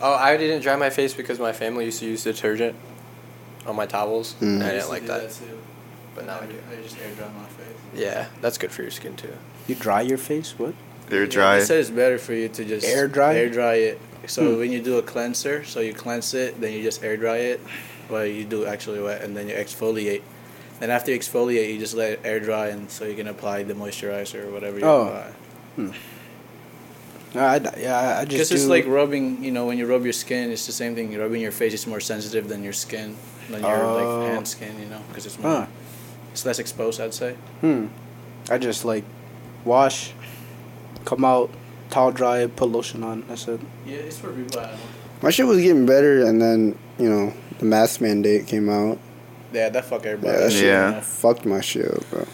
F: Oh, I didn't dry my face because my family used to use detergent on my towels.
E: Hmm.
F: And I didn't like that.
D: too.
F: But now I do.
D: I just air dry my face.
F: Yeah, that's good for your skin too.
B: You dry your face? What?
E: They're
D: Yeah,
E: dry.
D: they said it's better for you to just
B: Air dry?
D: Air dry it.
C: Hmm.
D: So when you do a cleanser, so you cleanse it, then you just air dry it. Well, you do actually wet, and then you exfoliate. Then after you exfoliate, you just let it air dry, and so you can apply the moisturizer or whatever you
B: Oh.
D: apply.
B: No, I, yeah, I- I just
D: Because
B: do.
D: it's like rubbing, you know, when you rub your skin, it's the same thing. Rubbing your face is more sensitive than your skin, than your
B: Oh.
D: like hand skin, you know, because it's more,
B: Huh.
D: it's less exposed, I'd say.
B: Hmm. I just like wash, come out, towel dry, and put lotion on. That's it.
D: Yeah, it's for everybody.
C: My shit was getting better, and then you know the mask mandate came out.
D: Yeah, that fuck everybody.
C: Yeah, that shit
E: Yeah.
C: fucked my shit up, bro.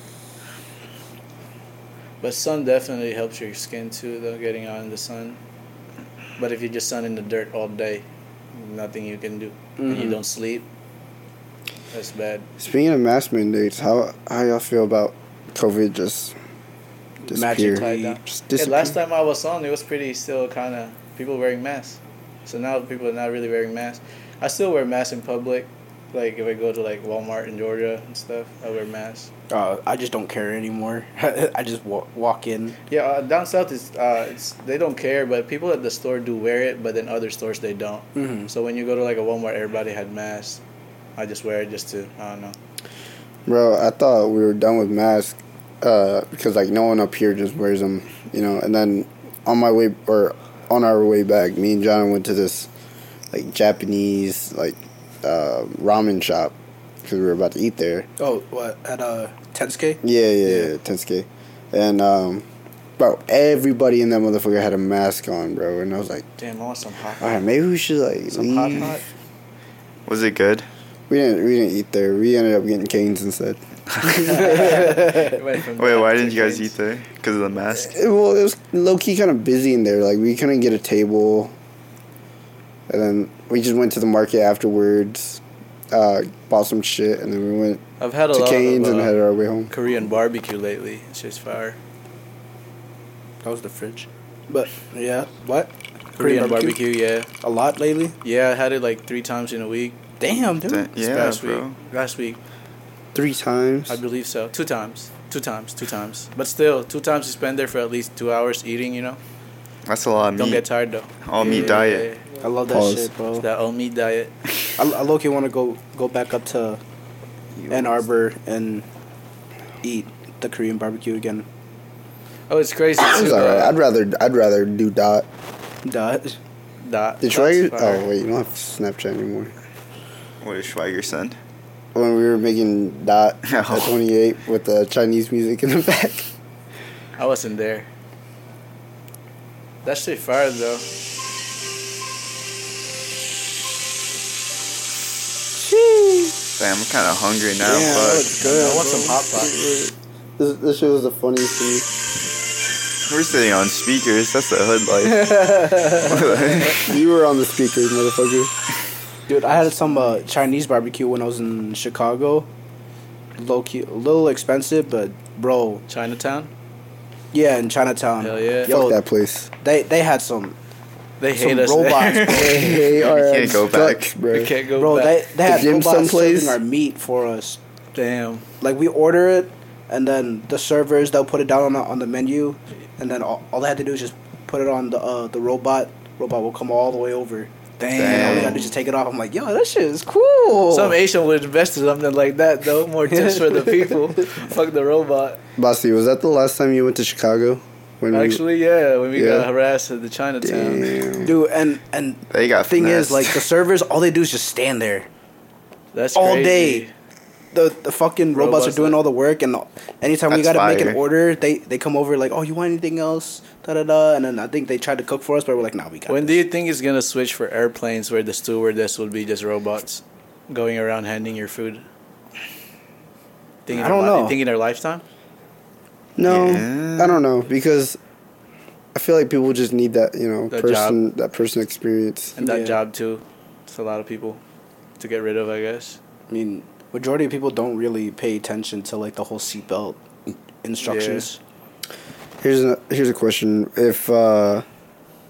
D: But sun definitely helps your skin too, though, getting out in the sun. But if you're just sun in the dirt all day, nothing you can do. And
B: Mm-hmm.
D: you don't sleep, that's bad.
C: Speaking of mask mandates, how how y'all feel about COVID just disappear?
D: tied down.
C: Just
D: Yeah,
C: disappear.
D: last time I was on, it was pretty still kind of people wearing masks. So now people are not really wearing masks. I still wear masks in public. Like if I go to like Walmart in Georgia and stuff, I wear masks.
B: Uh, I just don't care anymore. I just wa- walk in.
D: Yeah, uh, down south is uh, it's they don't care, but people at the store do wear it, but then other stores they don't.
B: Mhm.
D: So when you go to like a Walmart, everybody had masks. I just wear it just to I don't know.
C: Bro, I thought we were done with masks uh, because like no one up here just wears them, you know. And then on my way or on our way back, me and John went to this like Japanese like uh, ramen shop because we were about to eat there.
B: Oh, what at uh, 10k?
C: Yeah, yeah, yeah, Tensuke. And um, bro, everybody in that motherfucker had a mask on, bro. And I was like,
D: Damn, I want some hot.
C: all right, maybe we should like
D: Some hot
C: leave.
D: hot.
E: Was it good?
C: We didn't we didn't eat there. We ended up getting canes instead.
D: Wait, from
E: Wait,
D: that
E: why
D: to
E: didn't you guys
D: Kane's.
E: eat there? Because of the mask?
C: It- well, it was low key kind of busy in there. Like we couldn't get a table, and then we just went to the market afterwards, uh, bought some shit, and then we went
D: I've had a
C: to
D: lot
C: Canes
D: of
C: and
D: uh,
C: headed our way home.
D: Korean barbecue lately. It's just fire.
B: That was the fridge. But yeah, what?
D: Korean barbecue, yeah.
B: A lot lately.
D: Yeah, I had it like three times in a week.
B: Damn, dude.
E: Da-
D: This
E: Yeah,
D: past
E: bro.
D: week. Last week,
C: Three times.
D: I believe so. Two times. Two times. Two times. But still, two times you spend there for at least two hours eating, you know?
E: That's a lot of
D: Don't
E: meat.
D: get tired though.
E: All meat diet.
D: yeah,
B: I love that
C: Pause.
B: shit, bro.
D: yeah. That all meat diet.
B: I, I low want to go go back up to Ann Arbor and eat the Korean barbecue again.
D: Oh, it's crazy.
C: It was
D: too,
C: alright.
D: uh,
C: I'd rather I'd rather do dot.
B: Duh.
D: that-
C: Did
D: that's
C: Schweiger?
D: fire.
C: Oh wait, you don't have Snapchat anymore.
E: What did Schweiger send?
C: When we were making dot
E: Oh.
C: at twenty eight with the Chinese music in the back.
D: I wasn't there. That shit fire though.
E: Damn, I'm kind of hungry now.
C: Yeah, that
E: Fuck.
C: was good.
D: I want
C: bro.
D: some hot pot.
C: This, this shit was the funniest to me.
E: We're sitting on speakers. That's the hood life.
C: You were on the speakers, motherfucker.
B: Dude, I had some uh, Chinese barbecue when I was in Chicago. Low key, a little expensive, but bro,
D: Chinatown.
B: yeah, in Chinatown.
D: Hell yeah.
B: Yo,
C: Fuck that place.
B: they they had some
D: They hate
B: some
D: us.
B: robots,
D: there.
C: Hey,
E: can't go back.
D: we
C: bro.
D: can't go
B: bro.
D: back.
B: They they had
C: dim
B: robots
C: sum place?
B: serving our meat for us.
D: Damn.
B: Like we order it, and then the servers they'll put it down on the, on the menu, and then all, all they had to do is just put it on the uh, the robot. Robot will come all the way over. And all they had to
E: Damn.
B: do is just take it off. I'm like, yo, that shit is cool.
D: Some Asian would invest in something like that though. More tips for the people. Fuck the robot.
C: Bossy, was that the last time you went to Chicago? When we-
D: Actually, yeah, when we
C: Yeah.
D: got harassed at the Chinatown.
C: Damn.
B: dude, and and
E: They got
B: thing is,
E: finessed.
B: like the servers, all they do is just stand there.
D: That's
B: All
D: crazy.
B: day. The the fucking robots,
D: Robots
B: are doing
D: that-
B: all the work, and anytime we
E: That's
B: gotta make an
E: fire.
B: order, they they come over like, oh, you want anything else? Da da da. And then I think they tried to cook for us, but we're like, nah, we got.
D: When do
B: this.
D: you think it's gonna switch for airplanes where the stewardess will be just robots going around handing your food? Think in
B: I
D: their
B: don't
D: li-
B: know.
D: Think in their lifetime?
C: No,
E: Yeah.
C: I don't know because I feel like people just need that you know
D: That
C: person that person experience.
D: And that
B: Yeah.
D: job too. It's a lot of people to get rid of, I guess.
B: I mean, majority of people don't really pay attention to like the whole seatbelt instructions.
C: Here's a here's a question: If uh,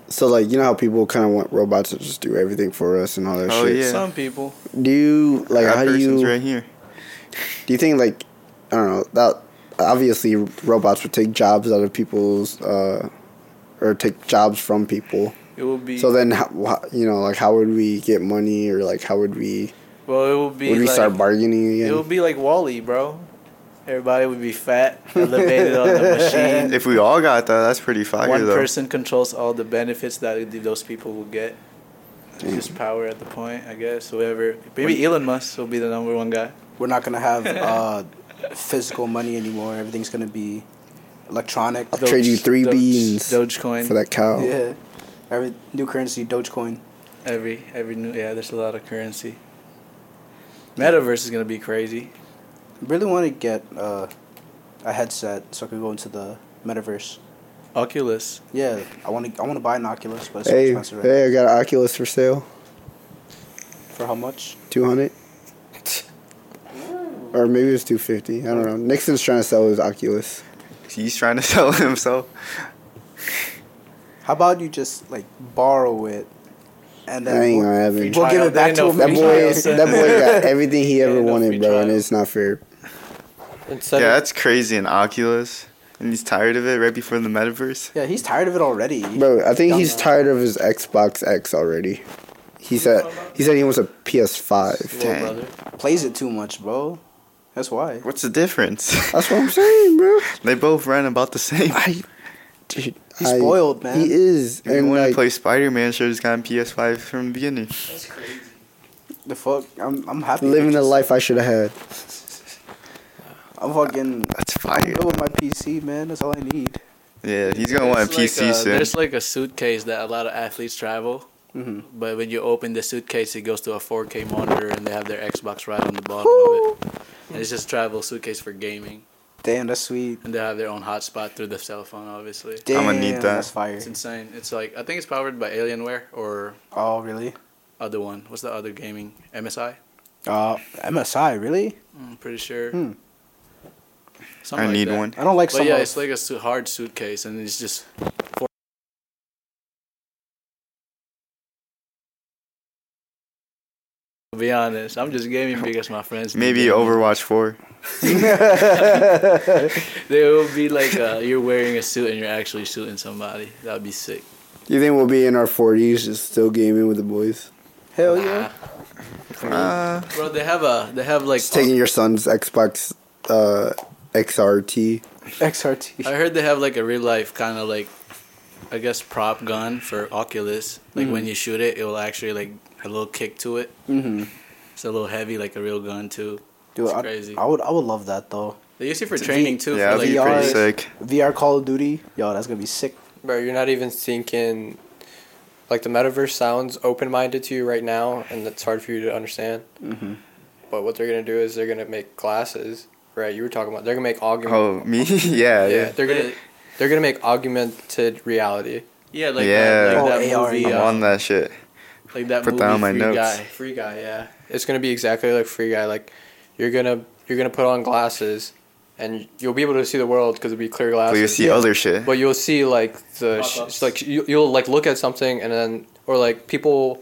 C: so, like you know how people kind of want robots to just do everything for us and all that
E: Oh,
C: shit.
E: Yeah.
D: Some people.
C: Do you like
E: that
C: how do
E: person's
C: you
E: right here.
C: do you think like I don't know that obviously robots would take jobs out of people's uh, or take jobs from people.
D: It will be
C: So then, how, wha- you know, like how would we get money, or like how would we
D: well it will be
C: would we
D: like,
C: start bargaining again?
D: It would be like Wally, bro. Everybody would be fat, elevated on the machine.
E: If we all got that, that's pretty fire,
D: One
E: though.
D: person controls all the benefits that those people will get. It's just power at the point, I guess. Whoever, maybe Elon Musk will be the number one guy.
B: We're not gonna have uh, physical money anymore. Everything's gonna be electronic.
C: I'll trade you three
D: Doge-
C: beans
D: Dogecoin.
C: for that cow.
B: Yeah. Every new currency, Dogecoin.
D: Every every new yeah, there's a lot of currency. Metaverse is gonna be crazy.
B: Really want to get uh, a headset so I can go into the metaverse.
D: Oculus.
B: Yeah, I want to. I want to buy an Oculus, but it's so
C: Hey,
B: expensive. Right?
C: hey, I got an Oculus for sale.
B: For how much?
C: Two hundred. Or maybe it was two fifty. I don't know. Nixon's trying to sell his Oculus.
E: He's trying to sell himself.
B: How about you just like borrow it, and
C: I
B: then
C: ain't
B: we'll,
C: gonna have it.
B: we'll give it back to him.
D: Ain't no
C: That
D: free
C: boy,
D: trials.
C: that boy got everything he ever
D: Yeah, no free
C: wanted, bro, and
D: trial.
C: it's not fair.
F: Instead
E: Yeah,
F: yeah,
E: that's crazy. An Oculus, and he's tired of it right before the metaverse.
B: Yeah, he's tired of it already.
C: Bro, I think he's tired of his Xbox X already. He said he said he wants a PS5.
D: Little
E: Dang.
D: brother.
B: plays it too much, bro. That's why.
E: What's the difference?
C: That's what I'm saying, bro.
E: they both run about the same. I,
C: Dude,
B: He's spoiled, man.
C: He is.
E: Even
C: And
E: when I
C: like,
E: play Spider Man, should have just gotten PS5 from the beginning.
G: That's crazy.
B: The fuck, I'm I'm happy
C: living
B: with
C: the
B: this.
C: life I should have had.
B: I'm fucking.
E: That's
B: I'm
E: fire.
B: good with my PC, man. That's all I need.
E: Yeah, he's gonna want a
D: It's like,
E: PC
D: uh,
E: soon.
D: There's like a suitcase that a lot of athletes travel,
B: Mhm.
D: but when you open the suitcase, it goes to a 4K monitor, and they have their Xbox right on the bottom of it. And it's just travel suitcase for gaming,
B: Damn, that's sweet.
D: and they have their own hotspot through the cell phone, obviously.
B: Damn,
E: I'ma need that.
B: That's fire.
D: It's insane. It's like I think it's powered by Alienware or
B: Oh, really?
D: other one. What's the other gaming? MSI.
B: Uh, MSI, really?
D: I'm pretty sure.
B: Hmm.
E: I
D: Something like
E: need
D: that.
E: one.
B: I don't like
D: But
B: some
D: yeah,
B: of-
D: it's like a su- hard suitcase, and it's just To be honest, I'm just gaming because my friends. do
E: Maybe
D: gaming.
E: Overwatch 4.
D: They will be like uh, you're wearing a suit and you're actually shooting somebody. That'd be sick.
C: You think we'll be in our 40s just still gaming with the boys?
B: hell yeah.
E: Uh,
D: Bro, they have a they have like
C: Just taking your son's Xbox uh, XRT.
B: XRT.
D: I heard they have like a real life kind of like, I guess prop gun for Oculus. Like
E: Mm-hmm.
D: when you shoot it, it will actually like a little kick to it.
B: Mm-hmm.
D: It's a little heavy, like a real gun too.
B: Dude,
D: It's
B: I,
D: crazy.
B: I would I would love that though.
D: They use it for training too.
E: yeah,
D: for,
E: that'd be
D: like,
E: pretty
B: VR.
E: sick.
B: VR Call of Duty, yo, that's gonna be sick.
F: bro, you're not even thinking. Like the metaverse sounds open-minded to you right now, and it's hard for you to understand.
B: Mm-hmm.
F: But what they're gonna do is they're gonna make glasses, right? You were talking about they're gonna make augmented.
E: Oh, me? yeah,
F: yeah,
E: yeah.
F: they're gonna
D: Yeah.
F: they're gonna make augmented reality.
D: yeah, like
E: Yeah.
D: that, like
B: Oh,
D: that
B: AR,
D: movie,
E: I'm
D: uh,
E: on that shit.
D: like that
E: Put
D: movie.
E: that on my
D: Free
E: notes.
D: Guy.
F: Free guy, yeah. It's gonna be exactly like free guy. Like you're gonna you're gonna put on glasses, and you'll be able to see the world because it'll be clear
E: But
F: glasses.
E: you see other shit.
F: But you'll see like the sh-
D: Pop-ups.
F: like you, you'll like look at something and then or like people,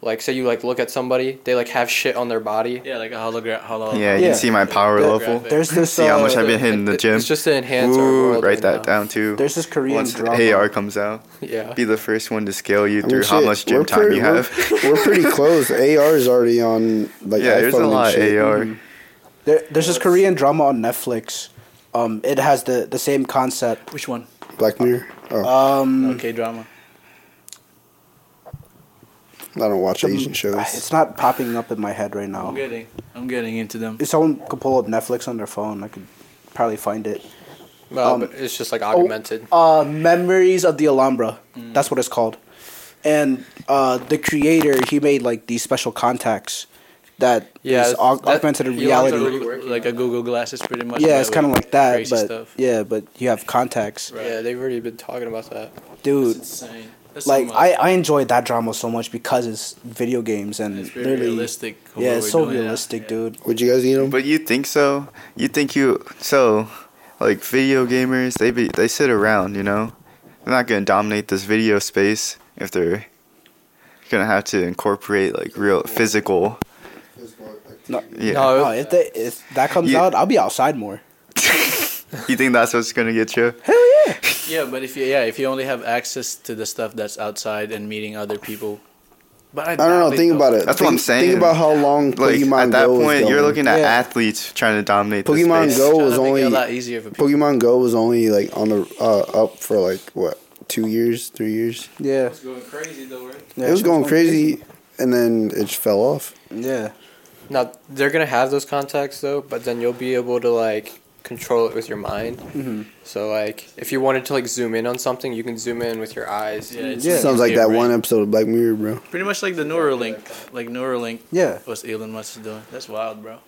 F: like say you like look at somebody, they like have shit on their body.
D: Yeah, like a hologram. Holo-
E: Yeah, you
B: Yeah.
E: can see my power
B: Yeah.
E: level.
D: Graphic.
B: There's this.
E: See how
B: uh,
E: much I've been hitting
F: It-
E: the
F: it-
E: gym.
F: It's just to enhance our
E: Ooh,
F: world.
E: write
F: right
E: that
F: now.
E: down too.
B: There's this Korean
E: Once
B: drama.
E: AR comes out,
F: Yeah.
E: be the first one to scale you
C: I mean,
E: through how
C: shit,
E: much
C: we're
E: gym time
C: pretty-
E: you
C: we're-
E: have.
C: We're pretty close. AR is already on like
E: yeah, there's a
C: iPhone
E: lot
C: and
E: of
C: shit.
E: AR.
B: There, there's this Korean drama on Netflix. Um, it has the the same concept.
D: Which one?
C: Black Mirror. Oh,
B: Um,
D: Okay, drama.
C: I don't watch
B: some-
C: Asian shows.
B: It's not popping up in my head right now.
D: I'm getting, I'm getting into them.
B: If someone could pull up Netflix on their phone, I could probably find it.
F: Well,
B: Um,
F: but it's just like augmented.
D: oh.
B: Uh, Memories of the Alhambra. That's what it's called. And uh, the creator, he made like these special contacts that
F: Yeah,
B: is aug-
F: that-
B: augmented
F: Elon's
B: reality.
F: already
D: Like a Google Glass is pretty much.
B: yeah,
D: that
B: it's kind of
D: with
B: like that,
D: crazy
B: but
D: stuff.
B: yeah, but you have contacts,
D: Right.
F: Yeah, they've already been talking about that.
D: It's
B: dude.
D: insane. That's so
B: Like
D: much.
B: I, I enjoyed that drama so much because it's video games and
D: It's very
B: literally
D: realistic. of
B: Yeah,
D: what
B: it's
D: we're
B: so
D: doing now.
B: realistic,
D: Yeah.
B: dude.
C: Would you guys eat them?
E: But you think so? You think you so? Like video gamers, they be they sit around, you know. They're not gonna dominate this video space if they're gonna have to incorporate like real physical.
B: No,
E: Yeah.
F: No,
B: no, if, they, if that comes
E: Yeah.
B: out, I'll be outside more.
E: You think that's what's gonna get you?
D: Yeah, but if you yeah, if you only have access to the stuff that's outside and meeting other people, but I,
C: I don't know. Think about it.
E: That's
C: think,
E: what I'm saying.
C: Think about how long
E: Like
C: Pokemon
E: at that
C: Go was
E: point, you're
C: going.
E: looking at
B: Yeah.
E: athletes trying to dominate. the
C: Pokemon
E: space.
C: Go
D: Trying
C: was
D: to make it a
C: only
D: lot easier for people.
C: Pokemon Go was only like on the uh, up for like what two years, three years.
B: Yeah,
D: going crazy though, right?
B: yeah
C: it was
B: she
C: going crazy, and then it just fell off.
B: Yeah,
F: Now they're gonna have those contacts though, but then you'll be able to like control it with your mind.
B: Mhm.
F: So like, if you wanted to like zoom in on something, you can zoom in with your eyes.
D: Yeah, it's
B: Yeah.
C: Sounds like that
D: right?
C: one episode of Black Mirror, bro.
D: Pretty much like the Neuralink, like Neuralink.
B: Yeah.
D: What's Elon Musk doing? That's wild, bro.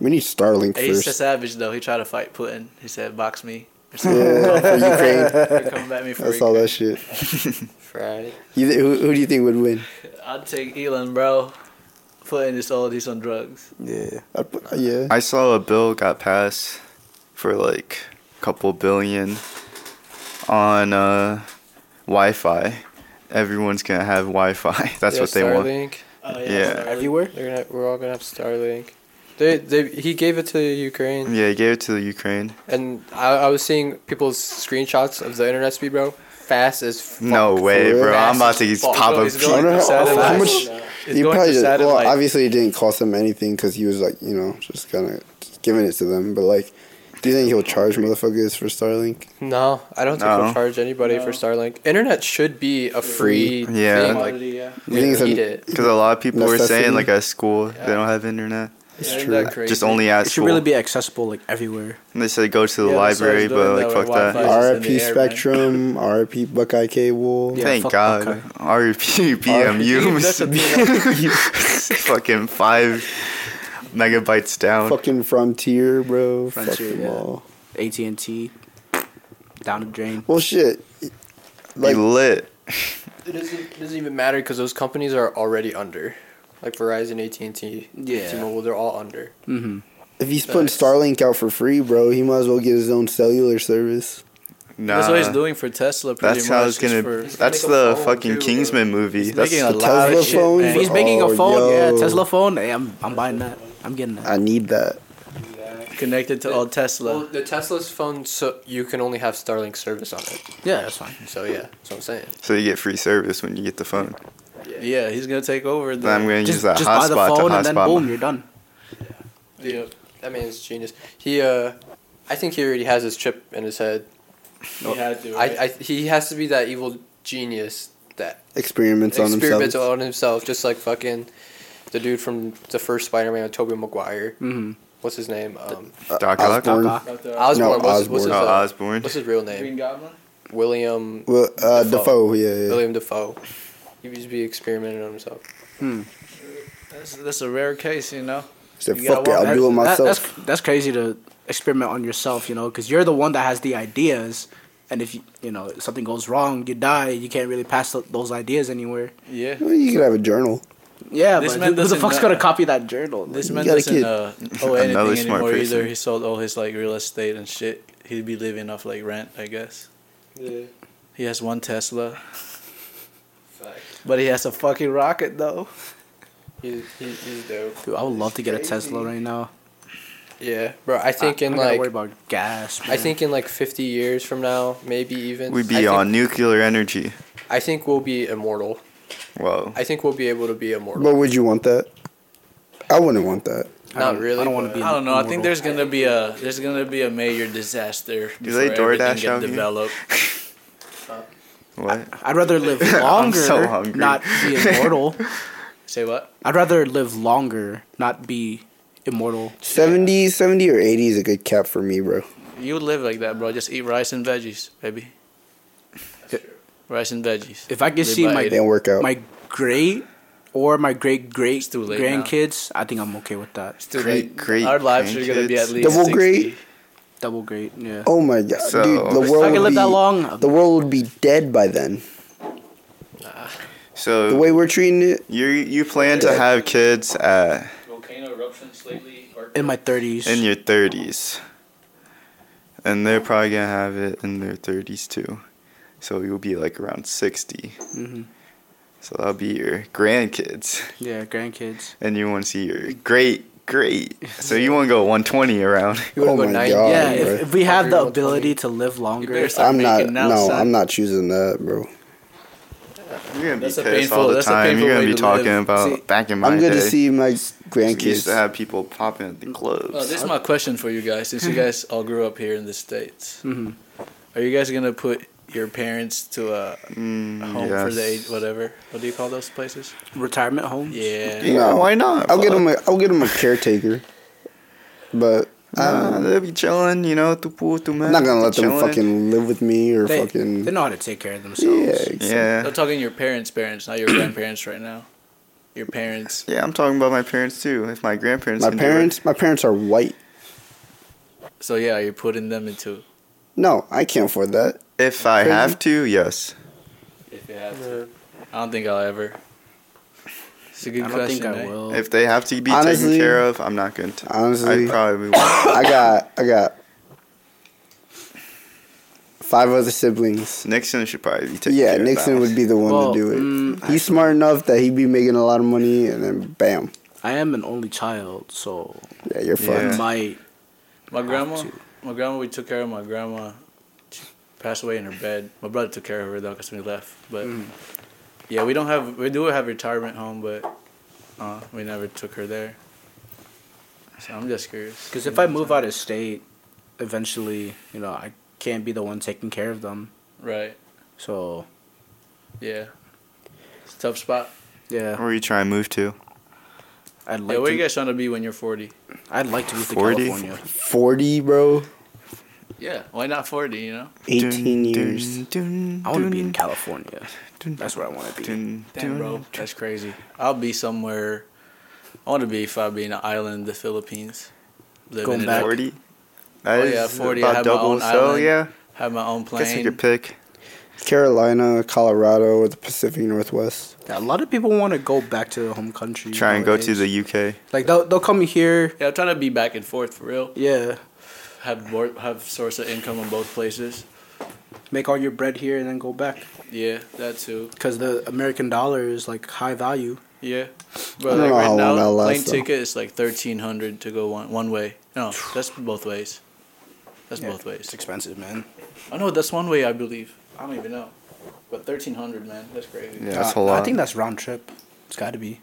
C: We need Starlink
D: Ace the
C: first.
D: Savage though, he tried to fight Putin. He said, "Box me." Or something.
C: yeah, for Ukraine.
D: Come at me for
C: That's all that shit.
F: Friday.
C: You th- who, who do you think would win?
D: I'd take Elon, bro. Putin is old. He's on drugs.
B: Yeah.
C: I put- yeah.
E: I saw a bill got passed for like a couple billion on uh, Wi Fi. Everyone's gonna have Wi Fi. That's
F: Yeah,
E: what they want.
F: Starlink.
D: Oh
E: Yeah.
D: sorry.
B: Everywhere?
F: They're gonna, we're all gonna have Starlink. They, they, he gave it to Ukraine,
E: Yeah, he gave it to the Ukraine.
F: and I, I was seeing people's screenshots of the internet speed, bro. Fast as fuck.
E: No way,
C: real?
E: bro. I'm about
F: Fast as
E: to
F: fuck.
E: pop
D: Bro,
E: a
D: he's
E: peep.
D: going
C: I
D: to
C: don't know how-
D: satellite.
C: how much-
D: He's
C: you
D: going to
C: probably just, well,
D: satellite.
C: obviously it didn't cost him anything because he was like, you know, just kind of giving it to them. But like, do you think he'll charge motherfuckers for Starlink?
F: No, I don't think
E: No.
F: we'll charge anybody for
D: No.
F: Starlink. Internet should be a free
E: Yeah.
F: thing. Like,
D: Commodity, yeah.
C: You think
F: we
C: it's a-
F: need it.
E: Because a lot of people were
C: Necessity.
E: saying, like, at school, they don't have internet.
D: It's
C: true.
E: Just only at
B: It should
E: school.
B: really be accessible like everywhere.
E: and they said go to the
D: Yeah, that's what I was
E: library,
D: doing,
E: but, like,
D: that
E: fuck
D: with Wi-Fi.
E: that.
D: It's just in
C: RIP
D: the air, man.
C: Spectrum, RIP Buckeye Cable.
B: Yeah,
E: Thank
B: fuck
E: God.
B: Buckeye.
E: RIP BMU.
D: That's a
E: Fucking five megabytes down.
C: Fucking Frontier, bro.
B: Frontier,
C: Fuck them
B: yeah.
C: all.
B: AT and T. Down the drain.
C: Well, shit.
E: Be
C: Like,
E: lit.
F: It doesn't, it doesn't even matter because those companies are already under. Like Verizon, AT and T,
B: Yeah.
F: T-Mobile, they're all under.
B: Mm-hmm.
C: if he's putting
F: Facts.
C: Starlink out for free, bro, he might as well get his own cellular service.
E: Nah.
D: That's what he's doing for Tesla. Pretty
E: That's
D: much.
E: how it's gonna.
D: is for-
E: that's
F: gonna make a
E: the
F: phone
E: fucking
F: too,
E: Kingsman movie.
D: He's
E: That's
D: making a
E: the-
D: lot of
C: Tesla
D: shit,
C: phone?
D: man.
B: If he's making
C: Oh,
B: a phone,
C: yo.
B: yeah, Tesla phone. Hey, I'm I'm buying that. I'm getting that.
C: I need that.
D: He's connected to all
F: Well,
D: Tesla.
F: the Tesla's phone, so you can only have Starlink service on it.
B: Yeah, that's fine.
F: So yeah, that's what I'm saying.
E: so you get free service when you get the phone.
D: Yeah, he's gonna take over. The,
E: Then I'm gonna use
B: Just,
E: that
B: just buy the
E: hotspot to
B: phone and then boom,
E: hotspot.
B: you're done.
D: Yeah.
F: That man's genius. He, uh, I think he already has his chip in his head.
D: He had
E: Oh.
D: to.
F: I, I, he has to be that evil genius that
C: Experiments on
F: experiments
C: himself.
F: on himself, just like fucking the dude from the first Spider-Man with Tobey Maguire.
B: Mm-hmm.
F: What's his name? Um,
C: Uh,
E: Doc Ock?
C: Osborne.
B: Doc
D: Not the-
F: Osborn.
C: No,
F: what's, what's
E: Oh,
F: his,
C: Osborn.
F: uh,
E: Osborne.
F: what's his real name?
D: Green Goblin.
F: William
C: Well, uh, Defoe.
F: Defoe.
C: yeah, yeah.
F: William Defoe. He used to be experimenting on himself.
D: That's, that's a rare case, you know.
C: He said,
D: You gotta
C: fuck it,
D: walk
C: I'll
D: that-
C: do it
B: That-
C: myself.
B: that's that's crazy to experiment on yourself, you know, because you're the one that has the ideas, and if you you know if something goes wrong, you die. You can't really pass th- those ideas anywhere.
D: Yeah.
C: Well, you could have a journal.
B: Yeah,
D: This
B: but
D: man
B: who- who the
D: doesn't
B: fuck's
D: know-
B: gonna copy that journal?
D: This
C: You
D: man
C: gotta
D: doesn't
C: kid.
D: uh, owe
E: Another
D: anything
E: smart
D: anymore
E: person.
D: either. He sold all his like real estate and shit. He'd be living off like rent, I guess.
G: Yeah.
D: He has one Tesla,
G: Fact.
D: but he has a fucking rocket though.
F: He's, he's, he's dope.
B: Dude, I would love to get a Tesla right now.
F: Yeah, bro. I think in
B: I, I gotta
F: like
B: worry about gas.
F: I think in like 50 years from now, maybe even
E: We'd
F: I
E: be
F: think-
E: on nuclear energy.
F: I think we'll be immortal.
E: Whoa.
F: I think we'll be able to be immortal.
C: But would you want that? I wouldn't want that.
B: I
F: Not
B: don't-
F: really.
B: I don't want
F: but-
B: to be.
D: I don't know. I think
B: immortal.
D: there's gonna be a there's gonna be a major disaster.
E: Do they
D: before everything
E: DoorDash
D: get
E: out here?
D: developed.
E: What?
B: I'd rather live longer,
E: so hungry.
B: not be immortal.
D: Say what?
B: I'd rather live longer, not be immortal.
C: 70, 70 or 80 is a good cap for me, bro.
D: You would live like that, bro. Just eat rice and veggies, baby. Rice and veggies.
B: If I could
D: Live
B: see
D: by
B: my
C: It didn't work out.
B: my great or my great great
D: too late now.
B: grandkids, I think I'm okay with that.
D: Dude,
E: Great-
D: like,
E: great
D: Our lives are gonna be
E: grandkids.
D: at least
C: Double
D: 60.
C: great?
B: Double great, yeah.
C: oh my god,
E: So-
C: dude, the
E: If I
C: world
B: if I could
C: would
B: live
C: be,
B: that long,
C: The world would be dead by then. The
E: So
C: way we're treating it,
E: you you plan to have kids at,
D: Volcano eruptions lately. Or
B: in my 30s.
E: in your 30s, and they're probably gonna have it in their 30s too. So you'll be like around 60.
B: hmm
E: So that'll be your grandkids.
B: Yeah, grandkids.
E: and you want to see your great, great. So you want to go 120 around.
F: You wanna
C: Oh
F: go
C: my
F: 90?
C: God. Oh,
B: yeah,
C: bro.
B: if, if we have the
F: Hundred and twenty.
B: ability to live longer,
D: better stop
C: I'm not.
D: making now,
C: No,
D: son.
C: I'm not choosing that, bro.
E: You're gonna be
D: That's a
E: pissed
D: painful-
E: all the
D: that's a
E: time.
D: painful
E: You're gonna
D: way
E: be
D: to
E: talking
D: live.
E: about
D: See,
E: back in my
C: I'm good
E: day.
C: to see my
E: We used to
C: grandkids.
E: have people popping at the clubs.
D: Oh, this is my question for you guys, since you guys all grew up here in the states.
B: Mhm.
D: Are you guys gonna put your parents to a
E: Mm,
D: home for the
E: yes.
D: age, whatever? What do you call those places?
B: retirement home.
D: Yeah.
E: Yeah,
C: No.
E: why not?
C: I'll get
E: Fuck.
C: them. A, I'll get them a caretaker. But
E: Nah, they'll be chilling, you know, tu pu, tu man.
C: uh, I'm not gonna let them
E: chilling.
C: fucking live with me or
B: They,
C: fucking.
B: they know how to take care of themselves.
C: yeah,
E: Yeah.
D: I'm talking your parents' parents, not your grandparents right now. Your parents.
E: Yeah, I'm talking about my parents too. If my grandparents.
C: my
E: can do it.
C: parents. My parents are white.
D: So yeah, you're putting them into.
C: No, I can't afford that.
E: If I
C: Crazy.
E: have to, yes.
D: If you have to. I don't think I'll ever. It's a good
B: I don't
D: question.
B: think I
D: eh?
B: will.
E: If they have to be
C: Honestly-
E: taken care of, I'm not going to.
C: Honestly,
E: I probably won't.
C: I got I got five other siblings.
E: Nixon should probably be taken
C: Yeah,
E: care
C: Nixon
E: of.
C: would be the one
B: Well,
C: to do it.
B: mm,
C: He's smart enough that he'd be making a lot of money, and then bam,
B: I am an only child, so
C: yeah, you're fucked.
E: Yeah.
B: I might.
D: My grandma,
B: to.
D: my grandma, we took care of my grandma. She passed away in her bed. My brother took care of her though, cause we left. But
B: Mm.
D: yeah, we don't have. We do have retirement home, but uh, we never took her there. So I'm just curious.
B: Because if I move out of state, eventually, you know, I can't be the one taking care of them.
D: right,
B: So
D: yeah, it's a tough spot.
B: yeah,
E: Where you try and move to?
B: I'd
D: yeah,
B: like
D: where
B: to.
D: you guys trying to be when you're 40?
B: I'd like to move to
E: 40?
B: California.
C: Forty, bro,
D: Yeah, why not 40? You know,
C: eighteen years.
B: I want to be in California. That's where I want to be.
D: damn bro, that's crazy. I'll be somewhere. I want to be if I be in an island, the Philippines, living
B: Going
D: it
B: back.
D: up.
E: 40? That
D: Oh,
E: is
D: yeah, 40, I
E: About
D: have my
E: double.
D: own
E: so,
D: island.
E: yeah.
D: have my own plane.
E: Guess I could pick.
C: Carolina, Colorado, or the Pacific Northwest.
B: Yeah, a lot of people want to go back to their home country.
E: Try and go to
B: nowadays.
E: the UK.
B: like they'll they'll come here.
D: Yeah, I'm trying to be back and forth for real.
B: Yeah,
D: Have more, have source of income in both places.
B: make all your bread here and then go back
D: Yeah, that too.
B: because the American dollar is like high value.
D: Yeah, but like,
C: I don't know how
D: right
C: long
D: now,
C: that'll
D: plane
C: last, though.
D: ticket is like thirteen hundred to go one one way. No, that's both ways. That's
B: Yeah.
D: both
B: It's
D: ways.
B: expensive, man.
D: I know that's one way. I believe. I don't even know, but thirteen hundred, man, that's crazy.
E: Yeah, that's
B: Uh,
E: a lot.
B: I think that's round trip. It's got to be